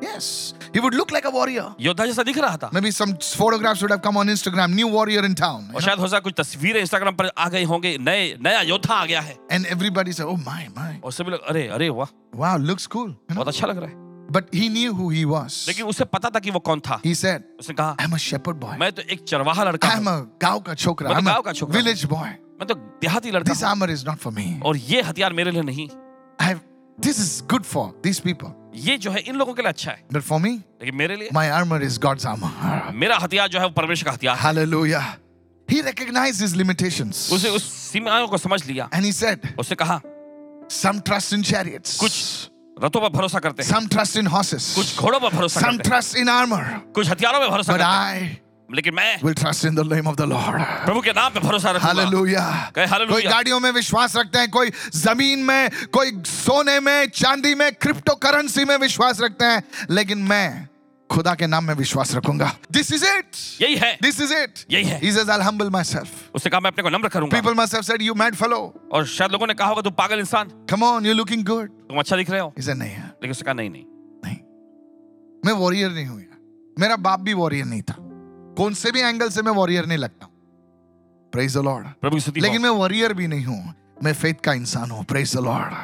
Speaker 1: Yes. He would look like a warrior.
Speaker 2: योद्धा जैसा दिख रहा था
Speaker 1: Maybe some photographs would have come on Instagram. New warrior in town. you
Speaker 2: और
Speaker 1: know?
Speaker 2: शायद हो सकता है कुछ तस्वीरें इंस्टाग्राम पर आ गई होंगे नए नया योद्धा आ गया है
Speaker 1: And everybody said, Oh my, my.
Speaker 2: और सभी लोग अरे अरे वाह
Speaker 1: Wow, looks cool. you know?
Speaker 2: बहुत अच्छा लग रहा है
Speaker 1: But he knew who he was.
Speaker 2: लेकिन उसे पता था कि वो कौन था
Speaker 1: He said,
Speaker 2: उसने कहा
Speaker 1: I'm a shepherd boy.
Speaker 2: मैं तो एक चरवाहा लड़का हूँ
Speaker 1: I'm a गांव का छोकरा.
Speaker 2: मैं तो
Speaker 1: I'm
Speaker 2: गाँव का
Speaker 1: a
Speaker 2: छोकरा
Speaker 1: village boy.
Speaker 2: मैं तो देहाती लड़का
Speaker 1: This
Speaker 2: हूँ
Speaker 1: armor is not for me.
Speaker 2: और ये हथियार मेरे लिए नहीं
Speaker 1: I've, this is good for these people.
Speaker 2: ये जो है इन लोगों के लिए अच्छा है
Speaker 1: But for me,
Speaker 2: लेकिन मेरे लिए
Speaker 1: my armor is God's armor.
Speaker 2: मेरा हथियार जो है वो परमेश्वर का हथियार है
Speaker 1: Hallelujah. He recognized his limitations.
Speaker 2: उसे उस सीमाओं को समझ लिया
Speaker 1: And he said,
Speaker 2: उसने कहा
Speaker 1: Some trust in chariots,
Speaker 2: कुछ रथों पर भरोसा करते हैं
Speaker 1: some trust in
Speaker 2: कुछ
Speaker 1: horses,
Speaker 2: घोड़ों पर भरोसा
Speaker 1: some
Speaker 2: करते हैं
Speaker 1: trust in armor.
Speaker 2: कुछ हथियारों में भरोसा
Speaker 1: But
Speaker 2: करते
Speaker 1: I
Speaker 2: हैं लेकिन मैं
Speaker 1: will trust in the name of the Lord.
Speaker 2: प्रभु के नाम पे भरोसा रखूंगा
Speaker 1: हालेलुया
Speaker 2: कहे हालेलुया।
Speaker 1: कोई गाड़ियों में विश्वास रखते हैं कोई जमीन में कोई सोने में चांदी में क्रिप्टो करेंसी में विश्वास रखते हैं लेकिन मैं खुदा के नाम में विश्वास रखूंगा दिस इज इट
Speaker 2: यही है
Speaker 1: दिस इज इट
Speaker 2: यही है।
Speaker 1: he says i'll humble myself
Speaker 2: उसने कहा मैं अपने को नम्र करूंगा
Speaker 1: people must have said you mad fellow
Speaker 2: और शायद लोगों ने कहा होगा तुम पागल इंसान
Speaker 1: come on you're looking good
Speaker 2: तुम अच्छा दिख रहे हो
Speaker 1: he said नहीं यार
Speaker 2: लेकिन उसने कहा नहीं नहीं
Speaker 1: नहीं मैं वॉरियर नहीं हूं यार मेरा बाप भी वॉरियर नहीं था कौन से भी एंगल से मैं वॉरियर नहीं लगता प्रेज द लॉर्ड
Speaker 2: प्रभु की स्तुति
Speaker 1: लेकिन
Speaker 2: हो
Speaker 1: मैं वॉरियर भी नहीं हूं मैं फेथ का इंसान हूं praise the Lord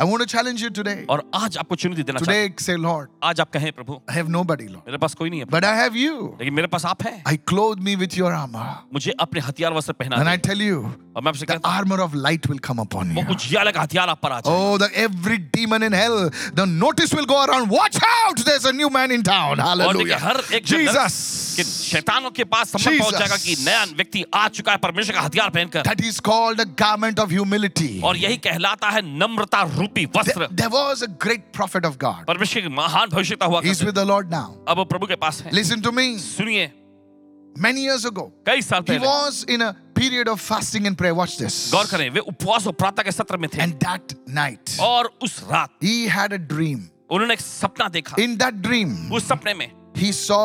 Speaker 1: I want to challenge you today
Speaker 2: और आज आपको चुनौती देना
Speaker 1: टुडे
Speaker 2: चाहता
Speaker 1: से लॉर्ड
Speaker 2: हूं। आज आप कहें प्रभु
Speaker 1: आई हैव नोबडी लॉर्ड
Speaker 2: मेरे पास कोई नहीं है
Speaker 1: बट आई हैव यू
Speaker 2: लेकिन मेरे पास आप हैं
Speaker 1: I clothe me with your armour
Speaker 2: मुझे अपने हथियार वस्त्र पहना
Speaker 1: एंड
Speaker 2: दें।
Speaker 1: आई टेल यू
Speaker 2: और मैं आपसे
Speaker 1: द
Speaker 2: कहता
Speaker 1: armour of light will come upon
Speaker 2: हूं वो
Speaker 1: यू
Speaker 2: उज्याला का हथियार आप पर आ जाए
Speaker 1: Oh, the every demon in hell, the notice will go around. Watch out! There's a new man in town.
Speaker 2: और देखिए
Speaker 1: Hallelujah.
Speaker 2: हर एक जो
Speaker 1: Jesus.
Speaker 2: नर- कि शैतानों के पास संबंध पहुंच
Speaker 1: Jesus.
Speaker 2: जाएगा कि नया व्यक्ति आ चुका है परमेश्वर का हथियार पहनकर
Speaker 1: That is called a garment of humility.
Speaker 2: और यही कहलाता है नम्रता रूपी
Speaker 1: There,
Speaker 2: वस्त्र
Speaker 1: there was a great prophet of God.
Speaker 2: परमेश्वर की महान भविष्यता हुआ
Speaker 1: He's
Speaker 2: करते।
Speaker 1: with the Lord now.
Speaker 2: अब वो प्रभु के पास है
Speaker 1: Listen to me.
Speaker 2: सुनिए
Speaker 1: Many years ago,
Speaker 2: कई साल
Speaker 1: He
Speaker 2: पहले
Speaker 1: was in a period of fasting and prayer. Watch this.
Speaker 2: गौर करें वे उपवास और प्रार्थना के सत्र में थे
Speaker 1: And that night,
Speaker 2: और उस रात
Speaker 1: he had a dream.
Speaker 2: उन्होंने एक सपना देखा
Speaker 1: In that dream,
Speaker 2: उस सपने में
Speaker 1: he saw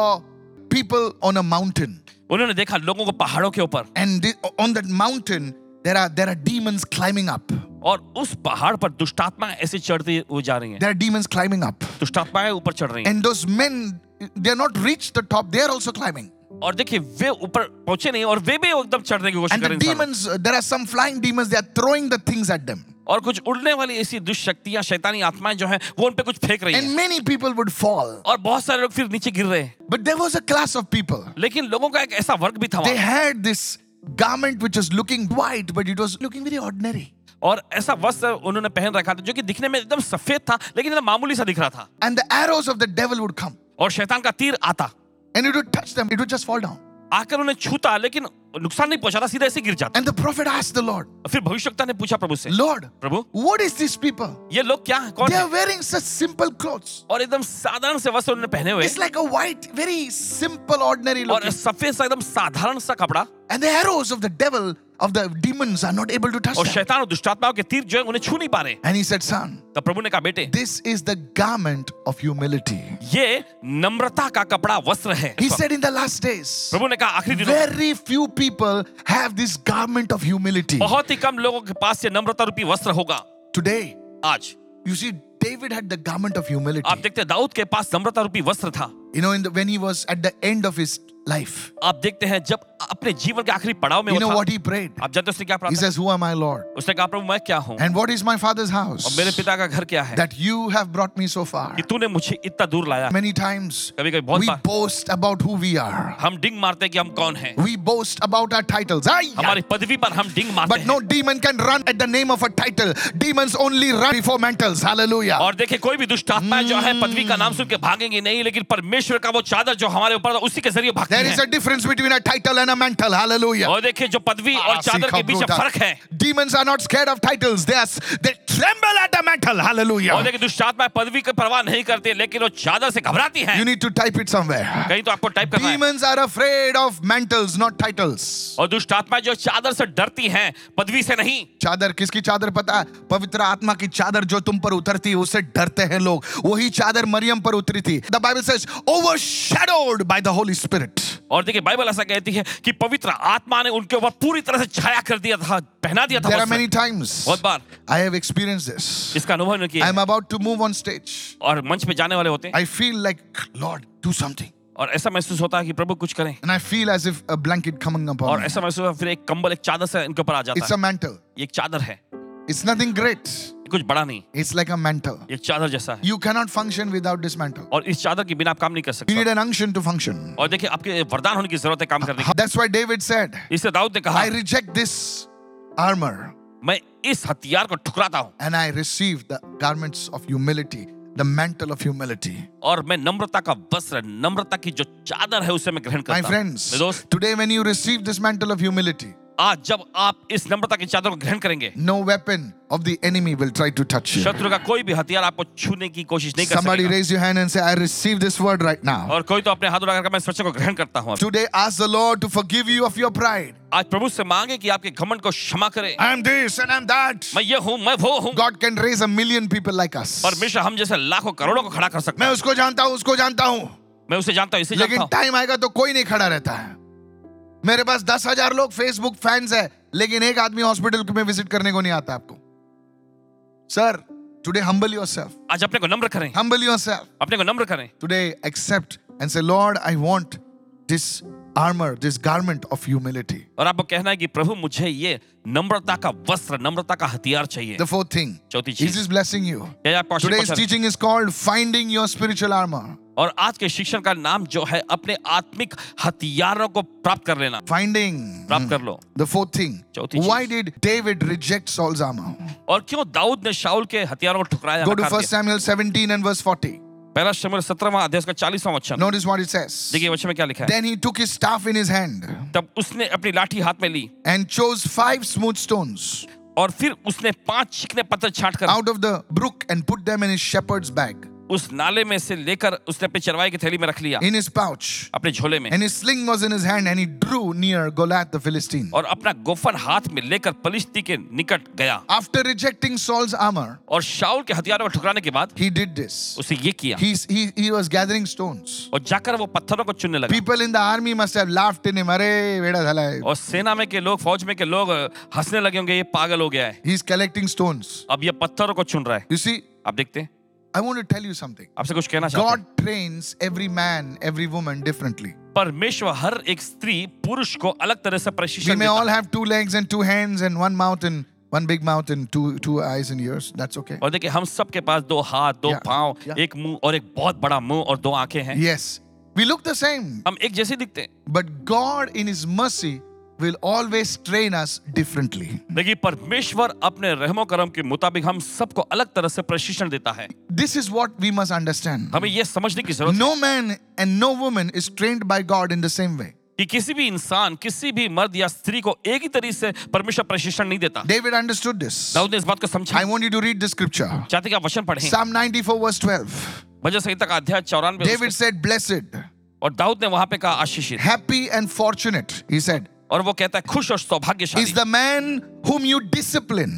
Speaker 1: people on a mountain.
Speaker 2: उन्होंने देखा लोगों को पहाड़ों के ऊपर
Speaker 1: And the- on that mountain, there are, there are demons climbing up.
Speaker 2: और उस पहाड़ पर दुष्टात्मा ऐसे चढ़ती हुई जा रही हैं
Speaker 1: There are demons climbing up.
Speaker 2: दुष्टात्माएं ऊपर चढ़ रही हैं
Speaker 1: And those men, they're not reached the top, they're also climbing.
Speaker 2: और देखिए वे ऊपर पहुंचे नहीं और वे भी एकदम चढ़ने की कोशिश
Speaker 1: And
Speaker 2: कर
Speaker 1: the
Speaker 2: रहे हैं इंसानों
Speaker 1: demons, uh, there are some flying demons, they are throwing the things at them.
Speaker 2: को। और कुछ उड़ने वाली ऐसी दुष्शक्तियां शैतानी आत्माएं जो हैं वो उन पे कुछ फेंक रही हैं
Speaker 1: And many people would fall.
Speaker 2: और बहुत सारे लोग फिर नीचे गिर रहे हैं
Speaker 1: But there was a class of people.
Speaker 2: लेकिन लोगों का एक ऐसा वर्ग भी था
Speaker 1: They
Speaker 2: वहाँ
Speaker 1: had this garment which was looking white, but it was looking very ordinary.
Speaker 2: और ऐसा वस्त्र उन्होंने पहन रखा था जो कि दिखने में एकदम सफेद था लेकिन एकदम मामूली सा दिख रहा था
Speaker 1: And the arrows of the devil would come
Speaker 2: और शैतान का तीर आता
Speaker 1: and it would touch them, it would just fall down.
Speaker 2: आकर उन्हें छूता लेकिन नुकसान नहीं पहुंचा था सीधा ऐसे गिर जाता
Speaker 1: And the prophet asked the Lord,
Speaker 2: फिर भविष्यवक्ता ने पूछा प्रभु से
Speaker 1: Lord,
Speaker 2: Prabhu
Speaker 1: what is these people?
Speaker 2: ये लोग क्या हैं कौन
Speaker 1: They
Speaker 2: है
Speaker 1: are wearing such simple clothes.
Speaker 2: और एकदम साधारण से वस्त्र उन्होंने पहने हुए
Speaker 1: It's like a white, very simple, ordinary
Speaker 2: और
Speaker 1: looking.
Speaker 2: सफेद सा एकदम साधारण सा कपड़ा
Speaker 1: And the arrows of the devil, of the demons, are not able to touch
Speaker 2: और
Speaker 1: them.
Speaker 2: शैतान और दुष्टात्माओं के तीर जो है उन्हें छू नहीं पा रहे
Speaker 1: And he said, Son,
Speaker 2: तो प्रभु ने कहा बेटे
Speaker 1: this is the garment of humility.
Speaker 2: ये नम्रता का कपड़ा वस्त्र है
Speaker 1: He said, In the last days,
Speaker 2: प्रभु ने कहा आखिरी दिनों में
Speaker 1: very few people have this garment of humility.
Speaker 2: बहुत ही कम लोगों के पास ये नम्रता रूपी वस्त्र होगा
Speaker 1: Today,
Speaker 2: आज
Speaker 1: You see, David had the garment of humility.
Speaker 2: आप देखते हैं दाऊद के पास नम्रता रूपी वस्त्र था
Speaker 1: You know, in the, when he was at the end of his life,
Speaker 2: आप देखते हैं जब अपने जीवन के आखिरी पड़ाव में
Speaker 1: you
Speaker 2: वो
Speaker 1: know
Speaker 2: था,
Speaker 1: what he prayed?
Speaker 2: आप जानते हैं उसने क्या
Speaker 1: He
Speaker 2: प्रार्थना
Speaker 1: says, Who am I, Lord?
Speaker 2: की? उसने कहा प्रभु मैं क्या हूँ
Speaker 1: And what is my father's
Speaker 2: और
Speaker 1: house
Speaker 2: मेरे पिता का घर क्या है
Speaker 1: that you have brought me so far?
Speaker 2: कि तूने मुझे इतना दूर लाया
Speaker 1: Many times
Speaker 2: कभी-कभी बहुत
Speaker 1: we
Speaker 2: bar-
Speaker 1: boast about who we are,
Speaker 2: हम डिंग मारते हैं कि हम कौन हैं
Speaker 1: we boast about our titles. Ay,
Speaker 2: हमारी पदवी पर हम डिंग मारते
Speaker 1: But
Speaker 2: हैं
Speaker 1: no demon can run at the name of a title. Demons only run before mantles. Hallelujah.
Speaker 2: और देखिए कोई भी दुष्ट आत्मा जो है
Speaker 1: Hmm.
Speaker 2: पदवी का नाम सुन के भागेंगी नहीं लेकिन परमेश्वर का वो चादर जो हमारे ऊपर था, उसी के जरिए भागती
Speaker 1: There is a
Speaker 2: है
Speaker 1: difference between a title and a mantle. Hallelujah.
Speaker 2: और देखिए जो पदवी और चादर के बीच में फर्क है
Speaker 1: Demons are not scared of titles. They, are, they tremble at the mantle.
Speaker 2: और
Speaker 1: Hallelujah.
Speaker 2: देखिए दुष्ट आत्मा पदवी की परवाह नहीं करती लेकिन वो चादर से घबराती है
Speaker 1: You need to type it somewhere.
Speaker 2: कहीं तो आपको टाइप करना है
Speaker 1: Demons are afraid of mantles, not titles.
Speaker 2: और दुष्ट आत्मा जो चादर से डरती हैं पदवी से नहीं
Speaker 1: चादर किसकी चादर पता है पवित्र आत्मा की चादर जो तुम पर उतरती है उससे डरते हैं लोग वही चादर मरियम पर उतरी थी the Bible says overshadowed by the Holy Spirit
Speaker 2: और देखिए बाइबल ऐसा कहती है कि पवित्र आत्मा ने उनके ऊपर पूरी तरह से छाया कर दिया था पहना दिया
Speaker 1: There
Speaker 2: था
Speaker 1: are
Speaker 2: वस्त्र।
Speaker 1: many times
Speaker 2: बहुत बार
Speaker 1: I have experienced this.
Speaker 2: इसका अनुभव इन्होंने किया
Speaker 1: I'm
Speaker 2: है।
Speaker 1: about to move on stage.
Speaker 2: और मंच पे जाने वाले होते हैं
Speaker 1: I feel like, Lord, do something.
Speaker 2: और ऐसा महसूस होता है कि प्रभु कुछ करें
Speaker 1: And I feel as if a blanket coming upon
Speaker 2: और
Speaker 1: me.
Speaker 2: ऐसा महसूस होता है फिर एक कंबल एक चादर से इनके ऊपर आ
Speaker 1: Um,
Speaker 2: जाता
Speaker 1: It's
Speaker 2: है
Speaker 1: a mantle.
Speaker 2: ये एक चादर है
Speaker 1: It's nothing great.
Speaker 2: ये कुछ बड़ा नहीं
Speaker 1: It's like a mantle.
Speaker 2: ये एक चादर जैसा है
Speaker 1: You cannot function without this mantle.
Speaker 2: और इस चादर के बिना आप काम नहीं कर
Speaker 1: You
Speaker 2: सकते
Speaker 1: need an unction to function.
Speaker 2: और देखिए आपके वरदान होने की जरूरत है काम करने
Speaker 1: That's why David said,
Speaker 2: की इससे दाऊद ने कहा
Speaker 1: हाँ। I reject this armor
Speaker 2: मैं इस हथियार को ठुकराता हूँ
Speaker 1: and I receive the garments of humility, the mantle of humility.
Speaker 2: और मैं नम्रता का वस्त्र नम्रता की जो चादर है उसे मैं ग्रहण
Speaker 1: My
Speaker 2: करता हूँ
Speaker 1: friends,
Speaker 2: मेरे दोस्त
Speaker 1: today when you receive this mantle of humility,
Speaker 2: आज जब आप इस नम्रता की चादर को ग्रहण करेंगे
Speaker 1: no weapon of the enemy will try to touch you.
Speaker 2: शत्रु का कोई भी हथियार आपको छूने की कोशिश नहीं कर
Speaker 1: Somebody
Speaker 2: सकेगा
Speaker 1: raise your hand and say, I receive this word right now.
Speaker 2: और कोई तो अपने हाथ उठाकर मैं इस वचन को ग्रहण करता हूँ
Speaker 1: Today, ask the Lord to forgive you of your pride.
Speaker 2: आज प्रभु से मांगे कि आपके घमंड को क्षमा करे
Speaker 1: I'm this and I'm that.
Speaker 2: मैं ये हूँ मैं वो हूँ
Speaker 1: God can raise a million people like us.
Speaker 2: परमेश्वर हम जैसे लाखों करोड़ों को खड़ा कर सकता
Speaker 1: मैं
Speaker 2: है
Speaker 1: उसको जानता हूँ उसको जानता हूँ
Speaker 2: मैं उसे जानता हूँ इसे जानता
Speaker 1: लेकिन
Speaker 2: हूँ
Speaker 1: टाइम आएगा तो कोई नहीं खड़ा रहता है मेरे पास दस हजार लोग फेसबुक फैंस है लेकिन एक आदमी हॉस्पिटल में विजिट करने को नहीं आता आपको sir today humble yourself
Speaker 2: आज अपने को नम्र करें
Speaker 1: हम्बल योर सेल्फ
Speaker 2: अपने को नम्र करें
Speaker 1: टुडे एक्सेप्ट एंड से Lord I want this armour this garment of humility
Speaker 2: और आपको कहना है कि प्रभु मुझे ये नम्रता का वस्त्र नम्रता का हथियार चाहिए
Speaker 1: द फोर्थ थिंग
Speaker 2: चौथी
Speaker 1: इज
Speaker 2: चीज
Speaker 1: इज ब्लेसिंग यू
Speaker 2: यह आपको आशीष
Speaker 1: टुडेस
Speaker 2: पसंद-
Speaker 1: teaching is called finding your spiritual armour
Speaker 2: और आज के शिक्षण का नाम जो है अपने आत्मिक हथियारों को प्राप्त कर लेना
Speaker 1: फाइंडिंग
Speaker 2: प्राप्त कर लो
Speaker 1: द फोर्थ थिंग
Speaker 2: चौथी चीज।
Speaker 1: Why did David reject Saul's armour
Speaker 2: और क्यों दाऊद ने शाउल के हथियारों को ठुकराया
Speaker 1: गो टू
Speaker 2: नकार
Speaker 1: फर्स्ट
Speaker 2: दिया?
Speaker 1: सैमुअल 17 एंड वर्स 40
Speaker 2: पहला शमूएल 17वां अध्याय उसका 40वां वचन
Speaker 1: Notice what it says.
Speaker 2: देखिए वचन में क्या लिखा है
Speaker 1: Then he took his staff in his hand
Speaker 2: तब उसने अपनी लाठी हाथ में ली
Speaker 1: and chose five smooth stones
Speaker 2: और फिर उसने पांच चिकने पत्थर छांट कर
Speaker 1: out of the brook and put them in his shepherd's bag,
Speaker 2: उस नाले में से लेकर उसने अपनी चरवाई की थैली में रख लिया
Speaker 1: in his pouch.
Speaker 2: अपने झोले में
Speaker 1: And his sling was in his hand, and he drew near Goliath the Philistine.
Speaker 2: और अपना गोफन हाथ में लेकर पलिश्ती के निकट गया
Speaker 1: After rejecting Saul's armor,
Speaker 2: और शाउल के हथियारों को ठुकराने के बाद
Speaker 1: he did this.
Speaker 2: उसे ये किया
Speaker 1: He, he, he was gathering stones.
Speaker 2: और जाकर वो पत्थरों को चुनने लगा
Speaker 1: People in the army must have laughed in him. Arey, veda dhala hai."
Speaker 2: और सेना में के लोग फौज में के लोग अ, हंसने लगे होंगे ये पागल हो गया है
Speaker 1: He's collecting stones.
Speaker 2: अब ये पत्थरों को चुन रहा है
Speaker 1: You see,
Speaker 2: आप देखते हैं
Speaker 1: I want to tell you something.
Speaker 2: आपसे कुछ कहना चाहता
Speaker 1: God trains every man, every woman differently.
Speaker 2: हूं परमेश्वर हर एक स्त्री पुरुष को अलग तरह से
Speaker 1: we
Speaker 2: प्रशिक्षण
Speaker 1: may
Speaker 2: देता
Speaker 1: all
Speaker 2: है।
Speaker 1: have two legs and two hands and one mouth and one big mouth and two two eyes and ears. That's okay.
Speaker 2: और देखिए हम सबके पास दो हाथ दो
Speaker 1: Yeah,
Speaker 2: पाँव
Speaker 1: yeah.
Speaker 2: एक मुंह और एक बहुत बड़ा मुंह और दो आंखें हैं
Speaker 1: Yes, we look the same,
Speaker 2: हम एक जैसे दिखते हैं
Speaker 1: but God, in His mercy, will always train us differently.
Speaker 2: लेकिन परमेश्वर अपने रहमो करम के मुताबिक हम सबको अलग तरह से प्रशिक्षण देता है
Speaker 1: This is what we must understand.
Speaker 2: हमें यह समझने की जरूरत
Speaker 1: No man and no woman is trained by God in the same way.
Speaker 2: है कि किसी भी इंसान किसी भी मर्द या स्त्री को एक ही तरीके से परमेश्वर प्रशिक्षण नहीं देता
Speaker 1: David understood this.
Speaker 2: दाऊद ने इस बात को समझा
Speaker 1: I want you to read the scripture.
Speaker 2: चाहते कि आप वचन पढ़ें
Speaker 1: Psalm 94, verse 12.
Speaker 2: भजन संहिता का अध्याय चौरानवे
Speaker 1: David said, Blessed,
Speaker 2: और दाऊद ने वहां पे कहा आशीषित
Speaker 1: happy, and fortunate, he said,
Speaker 2: और वो कहता है खुश और
Speaker 1: is
Speaker 2: सौभाग्यशाली
Speaker 1: the man whom you discipline.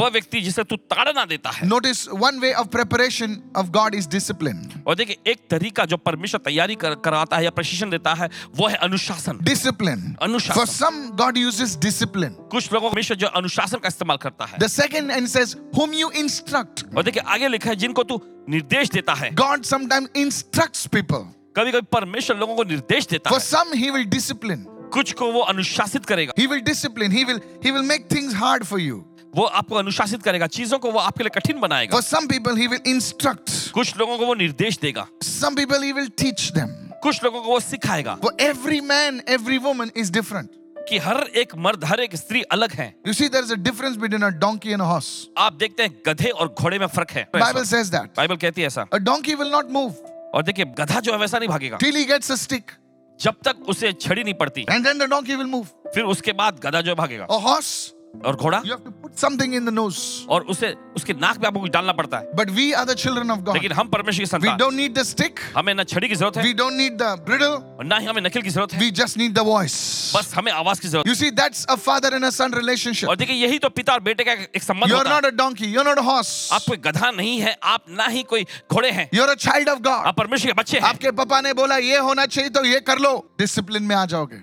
Speaker 2: वह व्यक्ति जिसे तू ताड़ना देता है
Speaker 1: Notice one way of preparation of God is discipline.
Speaker 2: और देखिए एक तरीका जो परमेश्वर तैयारी कर, कराता है या प्रशिक्षण देता है वो है अनुशासन
Speaker 1: Discipline.
Speaker 2: Anushasan.
Speaker 1: For some, God uses discipline.
Speaker 2: कुछ लोगों को हमेशा जो अनुशासन का इस्तेमाल करता है
Speaker 1: The second and says, whom you instruct.
Speaker 2: और देखिए आगे लिखा है जिनको तू निर्देश देता है
Speaker 1: God sometimes instructs people.
Speaker 2: कभी कभी परमेश्वर लोगों को निर्देश देता
Speaker 1: For
Speaker 2: है
Speaker 1: some, He will discipline.
Speaker 2: कुछ को वो अनुशासित करेगा
Speaker 1: He will discipline. He will He will make things hard for you.
Speaker 2: वो आपको अनुशासित करेगा चीजों को वो आपके लिए कठिन बनाएगा
Speaker 1: For some people, He will instruct.
Speaker 2: कुछ लोगों को वो निर्देश देगा
Speaker 1: Some people, He will teach them.
Speaker 2: कुछ लोगों को वो सिखाएगा
Speaker 1: For every man, every woman is different.
Speaker 2: कि हर एक मर्द हर एक स्त्री अलग है
Speaker 1: You see, there's a difference between a donkey and a horse.
Speaker 2: आप देखते हैं गधे और घोड़े में फर्क है
Speaker 1: Bible says that.
Speaker 2: बाइबल कहती है ऐसा
Speaker 1: A donkey will not move
Speaker 2: और देखिए गधा जो है वैसा नहीं भागेगा
Speaker 1: till he gets a stick.
Speaker 2: जब तक उसे छड़ी नहीं पड़ती
Speaker 1: And then the donkey will move.
Speaker 2: फिर उसके बाद गधा जो है भागेगा
Speaker 1: A horse
Speaker 2: और घोड़ा
Speaker 1: You have to put something in the nose.
Speaker 2: और उसे उसके नाक में आपको कुछ डालना पड़ता है
Speaker 1: But we are the children of God.
Speaker 2: लेकिन हम परमेश्वर की
Speaker 1: We
Speaker 2: संतान
Speaker 1: don't need the stick.
Speaker 2: हमें ना छड़ी की जरूरत है
Speaker 1: We don't need the bridle.
Speaker 2: और ना ही हमें नकल की जरूरत है
Speaker 1: We just need the voice.
Speaker 2: बस हमें आवाज की जरूरत
Speaker 1: You see, that's a father and a son relationship.
Speaker 2: है और देखिए यही तो पिता और बेटे का एक संबंध
Speaker 1: You're
Speaker 2: होता है
Speaker 1: not a donkey. You're not a horse.
Speaker 2: आप कोई गधा नहीं है आप ना ही कोई घोड़े हैं
Speaker 1: You're a child of God.
Speaker 2: आप परमेश्वर के बच्चे हैं
Speaker 1: आपके पापा ने बोला ये होना चाहिए तो ये कर लो डिसिप्लिन में आ जाओगे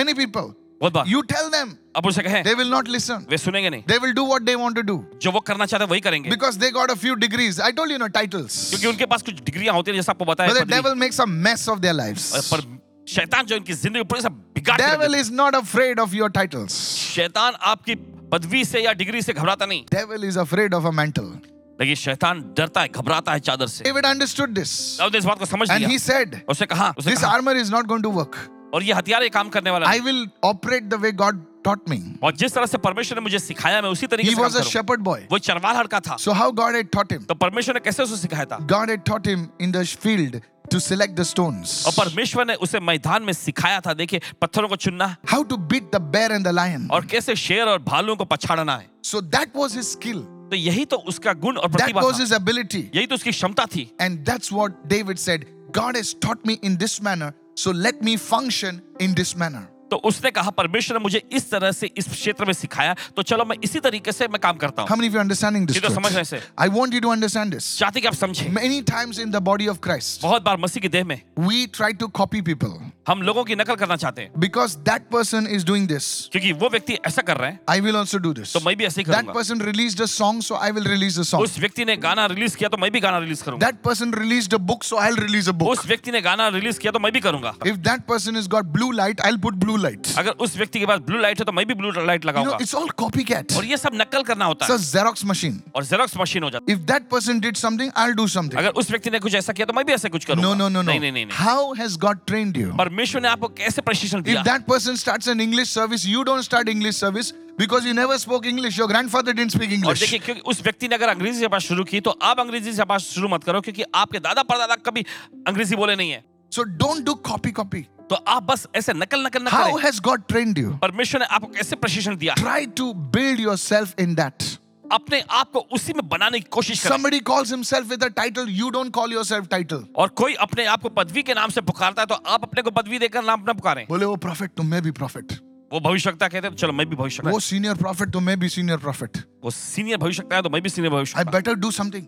Speaker 1: मेनी पीपल
Speaker 2: बहुत बार
Speaker 1: यू टेल देम
Speaker 2: अब उनसे कहें
Speaker 1: दे विल नॉट लिसन
Speaker 2: वे सुनेंगे नहीं
Speaker 1: they will do what they want to do
Speaker 2: जो वो करना चाहते हैं वही करेंगे
Speaker 1: because they got a few degrees I told you no titles
Speaker 2: क्योंकि उनके पास कुछ डिग्रियां होती है जैसा आपको बताया
Speaker 1: But the Uh,
Speaker 2: पदवी।
Speaker 1: devil makes a mess of their lives.
Speaker 2: और पर शैतान जो इनकी जिंदगी पूरी सब बिगाड़ के रख
Speaker 1: Devil
Speaker 2: देता
Speaker 1: is not afraid of your titles.
Speaker 2: है। शैतान आपकी पदवी से या डिग्री से घबराता नहीं
Speaker 1: Devil is afraid of a mantle.
Speaker 2: लेकिन शैतान डरता है घबराता है चादर से
Speaker 1: David understood this.
Speaker 2: दाऊद ने इस बात को समझ
Speaker 1: And
Speaker 2: लिया
Speaker 1: he said,
Speaker 2: और उसने कहा उसने
Speaker 1: This
Speaker 2: कहा
Speaker 1: armor is not going to work.
Speaker 2: और ये हथियार ये काम करने वाला
Speaker 1: I
Speaker 2: नहीं।
Speaker 1: will operate the way God taught me.
Speaker 2: और जिस तरह से परमेश्वर ने मुझे सिखाया मैं उसी तरीके
Speaker 1: He
Speaker 2: से काम
Speaker 1: was a
Speaker 2: करूं।
Speaker 1: shepherd boy.
Speaker 2: वो चरवाल हड़का था
Speaker 1: So, how God had taught him?
Speaker 2: तो परमेश्वर ने कैसे उसे सिखाया था
Speaker 1: God had taught him in the field to select the stones,
Speaker 2: और परमेश्वर ने उसे मैदान में सिखाया था देखिए पत्थरों को चुनना
Speaker 1: how to beat the bear and the lion.
Speaker 2: और कैसे शेर और भालुओं को पछाड़ना है
Speaker 1: So that was his skill,
Speaker 2: तो यही तो उसका गुण और
Speaker 1: that
Speaker 2: प्रतिभा
Speaker 1: was
Speaker 2: था
Speaker 1: his ability.
Speaker 2: यही तो उसकी क्षमता थी
Speaker 1: And that's what David said God has taught me in this manner, so let me function in this manner.
Speaker 2: तो उसने कहा परमेश्वर ने मुझे इस तरह से इस क्षेत्र में सिखाया तो चलो मैं इसी तरीके से मैं काम करता
Speaker 1: How
Speaker 2: हूँ
Speaker 1: many of you are understanding this?
Speaker 2: ये तो समझ रहे
Speaker 1: Truth? I
Speaker 2: हैं
Speaker 1: want you to understand this.
Speaker 2: चाहते कि आप समझें
Speaker 1: Many times in the body of Christ,
Speaker 2: बहुत बार मसीह के देह में
Speaker 1: we try to copy people
Speaker 2: हम लोगों की नकल करना चाहते हैं
Speaker 1: because that person is doing this.
Speaker 2: क्योंकि वो व्यक्ति ऐसा कर रहा है
Speaker 1: I will also do this.
Speaker 2: तो मैं भी ऐसे ही
Speaker 1: That
Speaker 2: करूंगा
Speaker 1: person released a song, so I will release a song.
Speaker 2: उस व्यक्ति ने गाना रिलीज किया तो मैं भी गाना रिलीज करूंगा
Speaker 1: That person released a book, so I'll release a book.
Speaker 2: उस व्यक्ति ने गाना रिलीज किया तो मैं भी करूंगा
Speaker 1: If that person has got blue light, I'll put blue light.
Speaker 2: अगर उस व्यक्ति के पास ब्लू लाइट है तो मैं भी ब्लू लाइट
Speaker 1: You know,
Speaker 2: लगाऊंगा
Speaker 1: it's all copycat.
Speaker 2: और ये सब नकल करना होता
Speaker 1: It's a
Speaker 2: है
Speaker 1: Xerox machine.
Speaker 2: और जेरोक्स मशीन हो जाती
Speaker 1: If that person did something, I'll do
Speaker 2: है।
Speaker 1: something.
Speaker 2: अगर उस व्यक्ति ने कुछ ऐसा किया तो मैं भी ऐसा कुछ करूंगा
Speaker 1: No, no, no,
Speaker 2: नहीं नहीं नहीं
Speaker 1: no.
Speaker 2: नहीं।
Speaker 1: How has God trained you?
Speaker 2: परमेश्वर ने आपको कैसे प्रशिक्षण दिया
Speaker 1: If that person starts an English service, you don't start English service because you never spoke English. Your grandfather didn't speak
Speaker 2: और
Speaker 1: English.
Speaker 2: देखिए क्योंकि उस व्यक्ति ने अगर अंग्रेजी से बात शुरू की तो आप अंग्रेजी से बात शुरू मत करो क्योंकि आपके दादा परदादा कभी अंग्रेजी बोले नहीं है
Speaker 1: So don't do copy, copy.
Speaker 2: तो आप बस ऐसे नकल नकल न
Speaker 1: How
Speaker 2: करें
Speaker 1: has God trained you?
Speaker 2: परमेश्वर ने आपको कैसे प्रशिक्षण दिया
Speaker 1: Try to build yourself in that.
Speaker 2: अपने आप को उसी में बनाने की कोशिश करें
Speaker 1: Somebody calls himself with a title, you don't call yourself title.
Speaker 2: और कोई अपने आप को पदवी के नाम से पुकारता है तो आप अपने को पदवी देकर नाम ना पुकारें
Speaker 1: बोले वो "Oh, prophet, तुम मैं भी prophet. "Oh,
Speaker 2: वो भविष्यता कहते हैं तो चलो मैं भी भविष्यता
Speaker 1: वो सीनियर प्रॉफिट तो मैं भी सीनियर प्रॉफिट
Speaker 2: वो सीनियर भविष्यता है तो मैं भी सीनियर
Speaker 1: आई
Speaker 2: भविष्यता
Speaker 1: बेटर डू समथिंग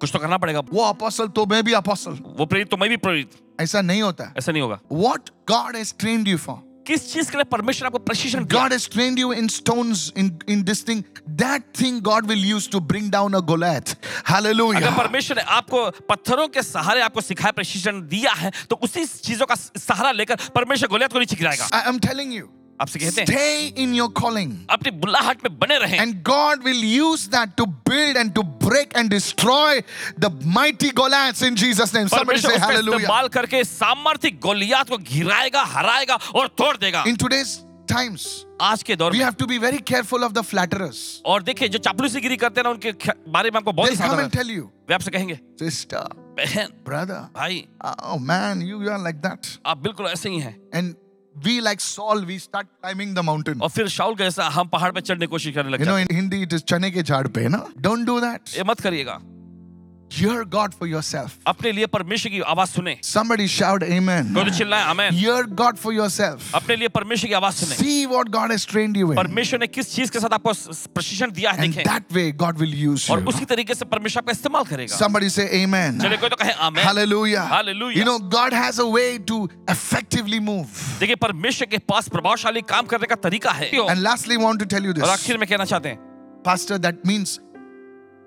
Speaker 2: कुछ तो करना पड़ेगा
Speaker 1: वो अपोसल तो मैं भी अपोसल
Speaker 2: वो प्रेरित तो मैं भी प्रेरित
Speaker 1: ऐसा नहीं होता है
Speaker 2: ऐसा नहीं होगा
Speaker 1: what God has trained you for
Speaker 2: किस चीज के लिए परमेश्वर आपको प्रशिक्षण दिया
Speaker 1: God has trained you in stones in in this thing. That thing God will use to bring down a Goliath. Hallelujah.
Speaker 2: अगर परमेश्वर ने आपको पत्थरों के सहारे आपको सिखाया प्रशिक्षण दिया है तो उसी चीजों का सहारा लेकर परमेश्वर गोलियत को नीचे गिराएगा
Speaker 1: I am telling you,
Speaker 2: आपसे कहते हैं
Speaker 1: stay in your calling.
Speaker 2: अपनी बुलाहट में बने रहें
Speaker 1: And God will use that to build and to break and destroy the mighty Goliaths in Jesus' name. Somebody
Speaker 2: परमेश्वर
Speaker 1: say
Speaker 2: उसका
Speaker 1: hallelujah.
Speaker 2: इस्तेमाल करके सामर्थ्य गोलियात को गिराएगा हराएगा और तोड़ देगा
Speaker 1: In today's times,
Speaker 2: आज के दौर
Speaker 1: we
Speaker 2: में
Speaker 1: have to be very careful of the flatterers.
Speaker 2: और देखिए जो चापलूसीगिरी करते हैं ना उनके ख- बारे में आपको बहुत ही
Speaker 1: They'll come
Speaker 2: सावधान
Speaker 1: and tell you,
Speaker 2: वे आपसे कहेंगे
Speaker 1: sister,
Speaker 2: बहन
Speaker 1: brother,
Speaker 2: भाई
Speaker 1: oh man, you, you are like that.
Speaker 2: आप बिल्कुल ऐसे ही हैं
Speaker 1: And we, like Saul, we start climbing the mountain.
Speaker 2: और फिर शाउल कैसा हम पहाड़ पे चढ़ने की कोशिश करने लग
Speaker 1: You know,
Speaker 2: जाते
Speaker 1: in Hindi, it is chane ke jhaad pe, na? Don't do that.
Speaker 2: हैं। ये मत करिएगा
Speaker 1: Hear God for yourself.
Speaker 2: अपने लिए परमेश्वर की आवाज सुने
Speaker 1: Somebody shout, Amen.
Speaker 2: कोई तो चिल्लाए आमेन
Speaker 1: Hear God for yourself.
Speaker 2: अपने लिए परमेश्वर की आवाज सुने
Speaker 1: See what God has trained you in.
Speaker 2: परमेश्वर ने किस चीज के साथ आपको स- स- प्रशिक्षण दिया है
Speaker 1: And
Speaker 2: देखें
Speaker 1: that way, God will use
Speaker 2: और
Speaker 1: you.
Speaker 2: उसी तरीके से परमेश्वर आपका इस्तेमाल करेगा
Speaker 1: Somebody say, Amen.
Speaker 2: चलिए कोई तो कहे आमेन
Speaker 1: Hallelujah.
Speaker 2: Hallelujah.
Speaker 1: You know, God has a way to effectively move.
Speaker 2: देखिए परमेश्वर के पास प्रभावशाली काम करने का तरीका है
Speaker 1: And lastly, I want to tell you
Speaker 2: और
Speaker 1: this.
Speaker 2: आखिर में कहना चाहते हैं
Speaker 1: Pastor, that means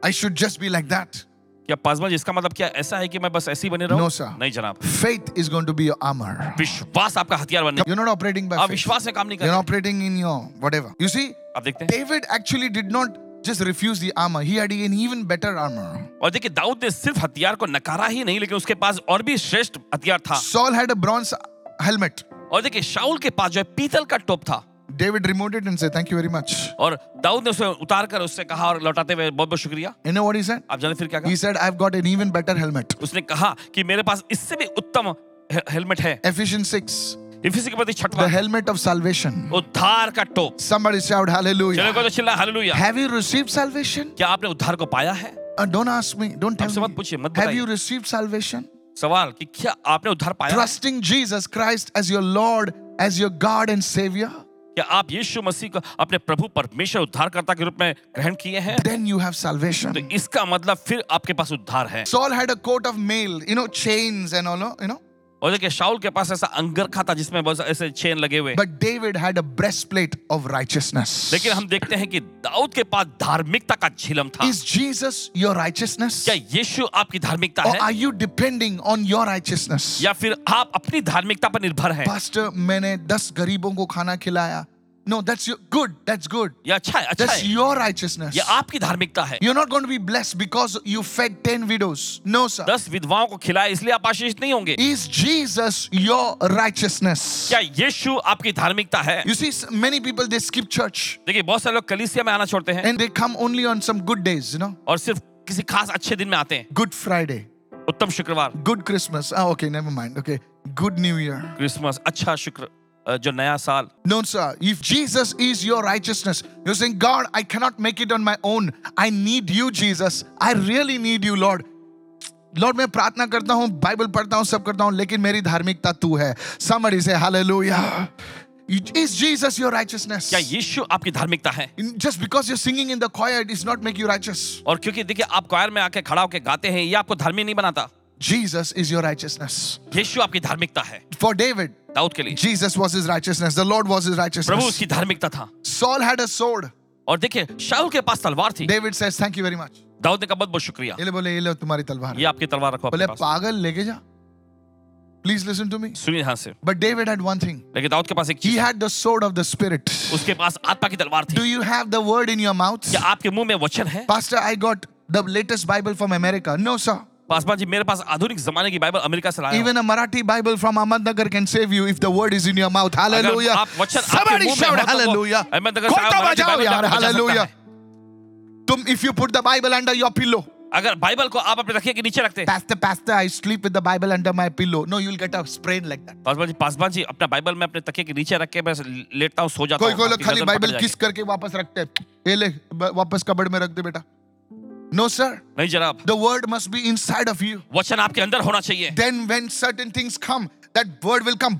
Speaker 1: I should just be like that.
Speaker 2: क्या पासवान जी इसका मतलब क्या ऐसा है कि मैं बस ऐसे ही बने
Speaker 1: No,
Speaker 2: रहूं
Speaker 1: sir.
Speaker 2: नहीं जनाब
Speaker 1: Faith is going to be your armor.
Speaker 2: विश्वास आपका हथियार बनने
Speaker 1: You're not operating by
Speaker 2: आप
Speaker 1: faith.
Speaker 2: विश्वास में काम नहीं कर
Speaker 1: You're
Speaker 2: रहे
Speaker 1: operating in your whatever. You see,
Speaker 2: आप देखते हैं
Speaker 1: David actually did not just refuse the armor, he had an even better armor.
Speaker 2: और देखिए दाऊद ने सिर्फ हथियार को नकारा ही नहीं लेकिन उसके पास और भी श्रेष्ठ हथियार था
Speaker 1: Saul had a bronze helmet.
Speaker 2: और देखिए शाउल के पास जो है पीतल का टोप था
Speaker 1: David removed it and said, Thank you very much.
Speaker 2: और दाऊद ने उसे उतार कर उससे कहा और लौटाते हुए बहुत बहुत शुक्रिया
Speaker 1: You know what he said?
Speaker 2: आप जाने फिर क्या कहा
Speaker 1: He said, I've got an even better helmet.
Speaker 2: उसने कहा कि मेरे पास इससे भी उत्तम हे- हेलमेट है
Speaker 1: Ephesians 6.
Speaker 2: इफिसी के प्रति
Speaker 1: the
Speaker 2: छठवा
Speaker 1: helmet of salvation.
Speaker 2: उद्धार का टोप
Speaker 1: Somebody shout
Speaker 2: चलो
Speaker 1: hallelujah.
Speaker 2: को तो चिल्ला hallelujah
Speaker 1: Have you received salvation?
Speaker 2: क्या आपने उद्धार को पाया है
Speaker 1: Uh, don't ask me. Don't
Speaker 2: आपसे
Speaker 1: tell
Speaker 2: मत
Speaker 1: me.
Speaker 2: पूछिए मत
Speaker 1: Have you
Speaker 2: बताइए
Speaker 1: received salvation?
Speaker 2: सवाल कि क्या आपने उद्धार पाया है?
Speaker 1: Trusting Jesus Christ as your Lord, as your God and Savior?
Speaker 2: क्या आप यीशु मसीह को अपने प्रभु परमेश्वर उद्धारकर्ता के रूप में ग्रहण किए हैं
Speaker 1: Then you have
Speaker 2: तो
Speaker 1: salvation.
Speaker 2: इसका मतलब फिर आपके पास उद्धार है
Speaker 1: Saul had a coat of mail, you know, chains and all, no, you know.
Speaker 2: और देखिए शाउल के पास ऐसा अंगरखा था जिसमें बहुत ऐसे चेन लगे हुए
Speaker 1: But David had a breastplate of righteousness.
Speaker 2: लेकिन हम देखते हैं कि दाऊद के पास धार्मिकता का झिलम था
Speaker 1: Is Jesus your righteousness?
Speaker 2: क्या यीशु आपकी धार्मिकता
Speaker 1: Or
Speaker 2: है
Speaker 1: are you depending on your righteousness?
Speaker 2: या फिर आप अपनी धार्मिकता पर निर्भर हैं
Speaker 1: Pastor, मैंने 10 गरीबों को खाना खिलाया. No, that's your good. That's good.
Speaker 2: या अच्छा है अच्छा
Speaker 1: That's
Speaker 2: है
Speaker 1: your righteousness.
Speaker 2: ये आपकी धार्मिकता है
Speaker 1: You're not going to be blessed because you fed 10 widows. No, sir.
Speaker 2: दस विधवाओं को खिलाए इसलिए आप आशीष नहीं होंगे
Speaker 1: Is Jesus your righteousness?
Speaker 2: क्या यीशु आपकी धार्मिकता है
Speaker 1: You see, s- many people they skip church
Speaker 2: देखिए बहुत सारे लोग कलीसिया में आना छोड़ते हैं
Speaker 1: and they come only on some good days, you know.
Speaker 2: और सिर्फ किसी खास अच्छे दिन में आते हैं
Speaker 1: Good Friday,
Speaker 2: उत्तम शुक्रवार
Speaker 1: good Christmas. Ah, okay, never mind. Okay, good New Year.
Speaker 2: Christmas अच्छा शुक्र अ, जो नया साल
Speaker 1: No, sir. If Jesus is your righteousness, you're saying, God, I cannot make it on my own. I need you, Jesus. I really need you, Lord. Lord मैं प्रार्थना करता हूँ Bible पढ़ता हूँ सब करता हूँ लेकिन मेरी धार्मिकता तू है समरी से hallelujah is Jesus your righteousness
Speaker 2: क्या यीशु आपकी धार्मिकता है
Speaker 1: just because you're singing in the choir it does not make you righteous
Speaker 2: और क्योंकि देखिए आप क्वायर में आके खड़ा होके गाते हैं ये आपको धार्मिक नहीं बनाता
Speaker 1: jesus is your righteousness
Speaker 2: यीशु आपकी धार्मिकता है
Speaker 1: for david
Speaker 2: दाऊद के लिए
Speaker 1: jesus was his righteousness the lord was his
Speaker 2: Prabhu
Speaker 1: righteousness
Speaker 2: उसकी धार्मिकता था
Speaker 1: saul had a sword
Speaker 2: और देखिए शाहू के पास तलवार थी
Speaker 1: david says thank you very much
Speaker 2: Dawood ने कहा बहुत बहुत शुक्रिया
Speaker 1: ये ले बोले ये लो तुम्हारी तलवार
Speaker 2: ये आपकी तलवार रखो
Speaker 1: बोले
Speaker 2: अपने पास
Speaker 1: पागल लेके जा प्लीज लिसन टू मी
Speaker 2: सुनिए यहाँ से
Speaker 1: but David had one thing
Speaker 2: लेकिन दाऊद के पास एक
Speaker 1: ही
Speaker 2: चीज
Speaker 1: had the sword of the spirit
Speaker 2: उसके पास आत्मा की तलवार थी
Speaker 1: do you have the word in your mouth
Speaker 2: क्या आपके मुंह में वचन है
Speaker 1: pastor I got the latest Bible from America no sir
Speaker 2: Paswan ji मेरे पास आधुनिक जमाने की बाइबल अमेरिका से लाया हूं।
Speaker 1: Even a Marathi Bible from Ahmednagar can save you if the word is in your mouth hallelujah
Speaker 2: आप वचन आपके
Speaker 1: somebody
Speaker 2: मुंह में
Speaker 1: shout
Speaker 2: हो तो वो
Speaker 1: हालेलूया
Speaker 2: अहमदनगर से आप
Speaker 1: कोटा
Speaker 2: मराठी
Speaker 1: बजाओ
Speaker 2: बाइबल
Speaker 1: यार
Speaker 2: आपको बचा सकता
Speaker 1: हालेलूया तुम if you put the Bible under your pillow
Speaker 2: अगर बाइबल को आप अपने तकिए के नीचे रखते हैं
Speaker 1: pastor pastor I sleep with the Bible under my pillow no you will get a sprain like that
Speaker 2: Paswan ji Paswan ji अपना बाइबल में अपने तकिए के नीचे रख के मैं लेटता हूँ सो जाता
Speaker 1: कोई
Speaker 2: हूं,
Speaker 1: कोई लोग
Speaker 2: आपकी
Speaker 1: खाली
Speaker 2: गर्दन पकड़
Speaker 1: बाइबल
Speaker 2: जाएगी।
Speaker 1: किस करके वापस रखते हैं ये ले ब- वापस कबड़ में रख दे बेटा नो सर
Speaker 2: नहीं जनाब
Speaker 1: the word must be inside of you
Speaker 2: वचन आपके अंदर होना चाहिए
Speaker 1: then when certain things come that word will come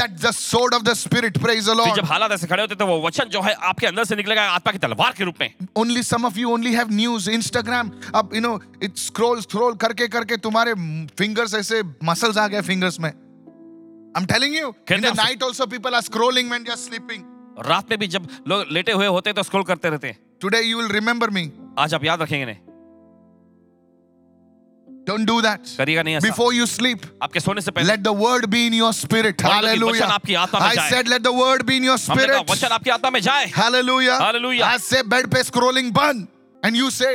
Speaker 1: that the sword of the spirit praise the
Speaker 2: फिर जब
Speaker 1: लॉर्ड
Speaker 2: हालात ऐसे खड़े होते हैं, तो वो वचन जो है आपके अंदर से निकलेगा आत्मा की तलवार के रूप में
Speaker 1: only some of you only have news Instagram अब you know it scroll scroll करके करके तुम्हारे फिंगर्स ऐसे मसल्स आ गए फिंगर्स में I am telling you in
Speaker 2: कहते
Speaker 1: द
Speaker 2: हैं आप-
Speaker 1: night also people are scrolling when they are sleeping
Speaker 2: रात में भी जब लोग लेटे हुए होते हैं तो स्क्रॉल करते रहते हैं
Speaker 1: today you will remember me
Speaker 2: आज आप याद रखेंगे नहीं
Speaker 1: डोंट डू दैट
Speaker 2: करिएगा नहीं ऐसा
Speaker 1: बिफोर यू स्लीप
Speaker 2: आपके सोने से पहले
Speaker 1: Let the word be in your spirit.
Speaker 2: वचन
Speaker 1: Hallelujah.
Speaker 2: आपकी आत्मा में
Speaker 1: I
Speaker 2: जाए।
Speaker 1: said, let the word be in your
Speaker 2: हमने कहा
Speaker 1: spirit.
Speaker 2: वचन आपकी आत्मा में जाए
Speaker 1: Hallelujah.
Speaker 2: Hallelujah.
Speaker 1: I say, bed पे scrolling bun. And you say,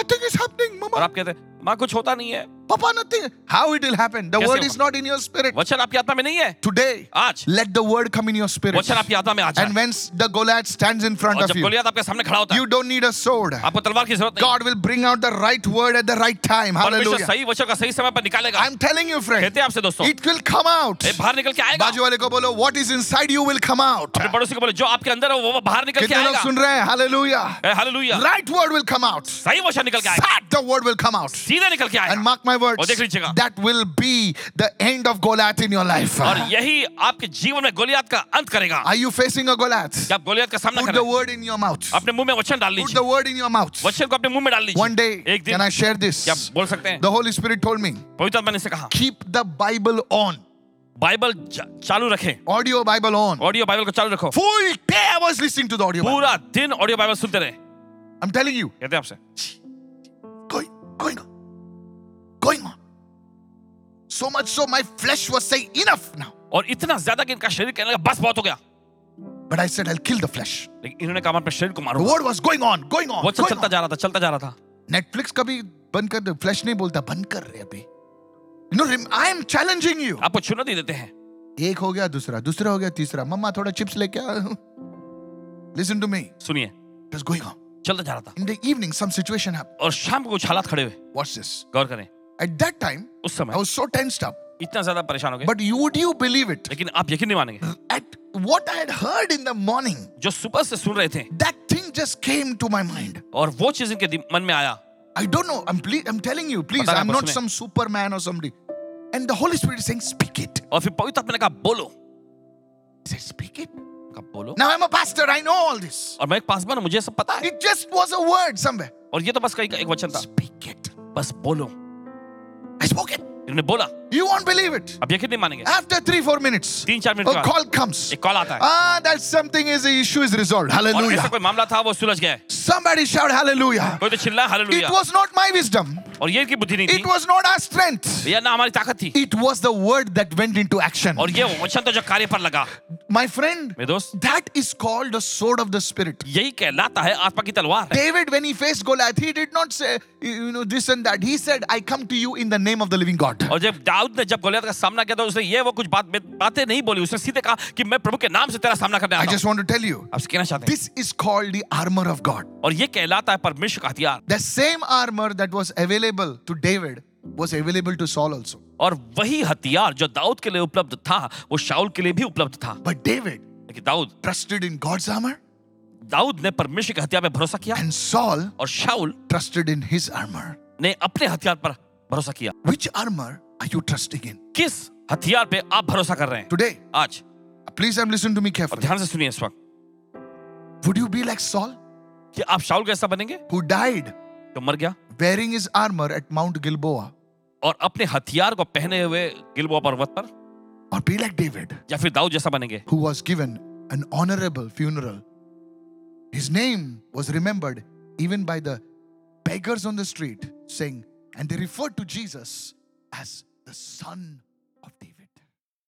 Speaker 1: nothing is happening,
Speaker 2: और
Speaker 1: mama.
Speaker 2: आप कहते हैं माँ कुछ होता नहीं है
Speaker 1: Papa, nothing. How it will Ah. happen? The
Speaker 2: कैसे
Speaker 1: word
Speaker 2: होगा?
Speaker 1: is not in your spirit.
Speaker 2: वचन आपकी आत्मा में नहीं है
Speaker 1: Today,
Speaker 2: आज
Speaker 1: let the word come in your spirit.
Speaker 2: वचन आपकी आत्मा में आ
Speaker 1: And
Speaker 2: जाए
Speaker 1: when the Goliath stands in front
Speaker 2: और
Speaker 1: of
Speaker 2: जब
Speaker 1: you,
Speaker 2: गोलियत आपके सामने खड़ा होता है
Speaker 1: you don't need a sword.
Speaker 2: आपको तलवार की जरूरत नहीं
Speaker 1: God will bring out the right word at the right time.
Speaker 2: परमेश्वर
Speaker 1: Hallelujah.
Speaker 2: सही वचन का सही समय पर निकालेगा
Speaker 1: I'm telling you, friend,
Speaker 2: कहते हैं आपसे दोस्तों
Speaker 1: it will come out.
Speaker 2: ये बाहर निकल के आएगा
Speaker 1: बाजू वाले को बोलो, what is inside you will come out.
Speaker 2: अपने पड़ोसी को बोले जो आपके अंदर है वो वो बाहर निकल के
Speaker 1: कितने लोग
Speaker 2: आएगा
Speaker 1: सुन रहे हैं hallelujah
Speaker 2: hallelujah
Speaker 1: right word will come out
Speaker 2: सही वचन निकल के आएगा
Speaker 1: fact the word will come out
Speaker 2: सीधे निकल के
Speaker 1: एंड
Speaker 2: आएगा
Speaker 1: मार्क माय
Speaker 2: और देख
Speaker 1: वर्ड्स
Speaker 2: लीजिएगा।
Speaker 1: That will be the end of Goliath in your life
Speaker 2: और
Speaker 1: आर
Speaker 2: यही आपके जीवन में गोलियत का अंत करेगा
Speaker 1: यू फेसिंग अ गोलात
Speaker 2: कि आप गोलियत का सामना
Speaker 1: पुट
Speaker 2: करें
Speaker 1: the word in your mouth
Speaker 2: अपने मुंह में वचन डाल
Speaker 1: पुट
Speaker 2: लीजिए
Speaker 1: the word in your mouth
Speaker 2: वचन को अपने मुंह में डाल लीजिए
Speaker 1: वन डे
Speaker 2: एक दिन
Speaker 1: कैन आई शेयर दिस
Speaker 2: क्या बोल सकते हैं
Speaker 1: the Holy Spirit told me
Speaker 2: पवित्र आत्मा ने से कहा
Speaker 1: keep the Bible on
Speaker 2: Bible चा- चालू रखें
Speaker 1: audio Bible on
Speaker 2: audio Bible को चालू रखो
Speaker 1: full day I was listening to the audio I
Speaker 2: पूरा दिन ऑडियो बाइबल सुनते रहे कहते
Speaker 1: एम टेलिंग यू
Speaker 2: हैं आपसे
Speaker 1: going, going on, going on. So much so my flesh was saying, enough now.
Speaker 2: और इतना ज्यादा कि इनका शरीर कहने लगा बस बहुत हो गया
Speaker 1: But I said, I'll kill the flesh.
Speaker 2: लेकिन इन्होंने कहा मैं अपने शरीर को
Speaker 1: The
Speaker 2: मारू
Speaker 1: word was going on, going on.
Speaker 2: वो
Speaker 1: going
Speaker 2: चलता
Speaker 1: on.
Speaker 2: जा रहा था चलता जा रहा था
Speaker 1: Netflix कभी बंद कर दे फ्लैश नहीं बोलता बंद कर रहे अभी no I am challenging you
Speaker 2: आपको चुनौती देते हैं
Speaker 1: एक हो गया दूसरा दूसरा हो गया तीसरा मम्मा थोड़ा चिप्स लेके आ लिसन टू मी
Speaker 2: सुनिए
Speaker 1: इट्स गोइंग ऑन
Speaker 2: चलता जा रहा था
Speaker 1: in the evening some situation happened
Speaker 2: और शाम को कुछ हालात खड़े हुए
Speaker 1: व्हाट्स दिस
Speaker 2: गौर करें
Speaker 1: एट दैट टाइम
Speaker 2: उस
Speaker 1: आई
Speaker 2: समय
Speaker 1: वाज सो टेंस्ड अप
Speaker 2: इतना ज्यादा परेशान हो गए
Speaker 1: But you- would you believe it?
Speaker 2: लेकिन आप यकीन नहीं मानेंगे
Speaker 1: At what I had heard in the morning,
Speaker 2: जो सुबह से सुन रहे थे
Speaker 1: that thing just came to my mind.
Speaker 2: और वो चीज इनके दिम- मन में आया
Speaker 1: I don't know. I'm, ple- I'm telling you, please.
Speaker 2: Batana
Speaker 1: I'm not
Speaker 2: pasme.
Speaker 1: some superman or somebody. And the Holy Spirit is saying, Speak it.
Speaker 2: और फिर पवित्र आत्मा ने कहा बोलो
Speaker 1: I said, Speak it.
Speaker 2: कहा बोलो
Speaker 1: Now I'm a pastor. I know all this.
Speaker 2: और मैं एक पासवान हूं, मुझे ये सब पता है
Speaker 1: It just was a word somewhere.
Speaker 2: और ये तो बस कहीं का एक वचन था
Speaker 1: Speak it.
Speaker 2: बस बोलो
Speaker 1: I spoke it.
Speaker 2: इन्होंने बोला
Speaker 1: You won't believe it.
Speaker 2: अब यकीन नहीं मानेंगे
Speaker 1: After three, four minutes,
Speaker 2: तीन चार मिनट
Speaker 1: a
Speaker 2: के बाद
Speaker 1: call comes.
Speaker 2: एक कॉल आता है
Speaker 1: Ah, that something is the issue is resolved.
Speaker 2: और ऐसा
Speaker 1: Hallelujah.
Speaker 2: कोई मामला था वो सुलझ गया है।
Speaker 1: Somebody shout hallelujah.
Speaker 2: कोई तो चिल्ला
Speaker 1: It
Speaker 2: hallelujah
Speaker 1: was not my wisdom.
Speaker 2: और ये इनकी बुद्धि नहीं
Speaker 1: It
Speaker 2: थी
Speaker 1: was not our strength.
Speaker 2: या ना हमारी ताकत थी
Speaker 1: It was the word that went into action.
Speaker 2: और ये वचन तो जो कार्य पर लगा
Speaker 1: My friend,
Speaker 2: मेरे दोस्त
Speaker 1: that is called the sword of the spirit.
Speaker 2: यही कहलाता है आत्मा की तलवार है
Speaker 1: David, when he faced Goliath, he did not say, you know, this and that. He said, I come to you in the name of the living God.
Speaker 2: और जब दाऊद ने जब गोलियत का सामना किया तो उसने ये वो कुछ बात बातें नहीं बोली उसने सीधे कहा कि मैं प्रभु के नाम से तेरा सामना करने
Speaker 1: I
Speaker 2: आया हूं
Speaker 1: just want to tell you,
Speaker 2: आप कहना चाहते
Speaker 1: this is called the armor of God.
Speaker 2: हैं और ये कहलाता है परमेश्वर का हथियार
Speaker 1: The same armor that was available to David was available to Saul also.
Speaker 2: और वही हथियार जो दाऊद के लिए उपलब्ध था वो शाऊल के लिए भी उपलब्ध था
Speaker 1: But David
Speaker 2: लेकिन Dawood
Speaker 1: trusted in God's armor,
Speaker 2: Dawood ने परमेश्वर के हथियार पे भरोसा किया
Speaker 1: and Saul
Speaker 2: और शाऊल
Speaker 1: trusted in his armor.
Speaker 2: ने अपने हथियार पर भरोसा किया
Speaker 1: Which armor are you trusting in?
Speaker 2: किस हथियार पे आप भरोसा कर रहे हैं
Speaker 1: Today,
Speaker 2: आज
Speaker 1: please I'm listening to me
Speaker 2: और
Speaker 1: carefully.
Speaker 2: ध्यान से सुनिए इस वक्त
Speaker 1: Would you be like Saul,
Speaker 2: कि आप शाऊल कैसा बनेंगे
Speaker 1: who died
Speaker 2: जो मर गया
Speaker 1: wearing his armor at Mount Gilboa?
Speaker 2: और अपने हथियार को पहने हुए गिलबो पर्वत पर
Speaker 1: Or be like David,
Speaker 2: या फिर दाऊद जैसा बनेंगे
Speaker 1: who was given an honorable funeral. His name was remembered even by the beggars on the street, saying, and they referred to Jesus as the Son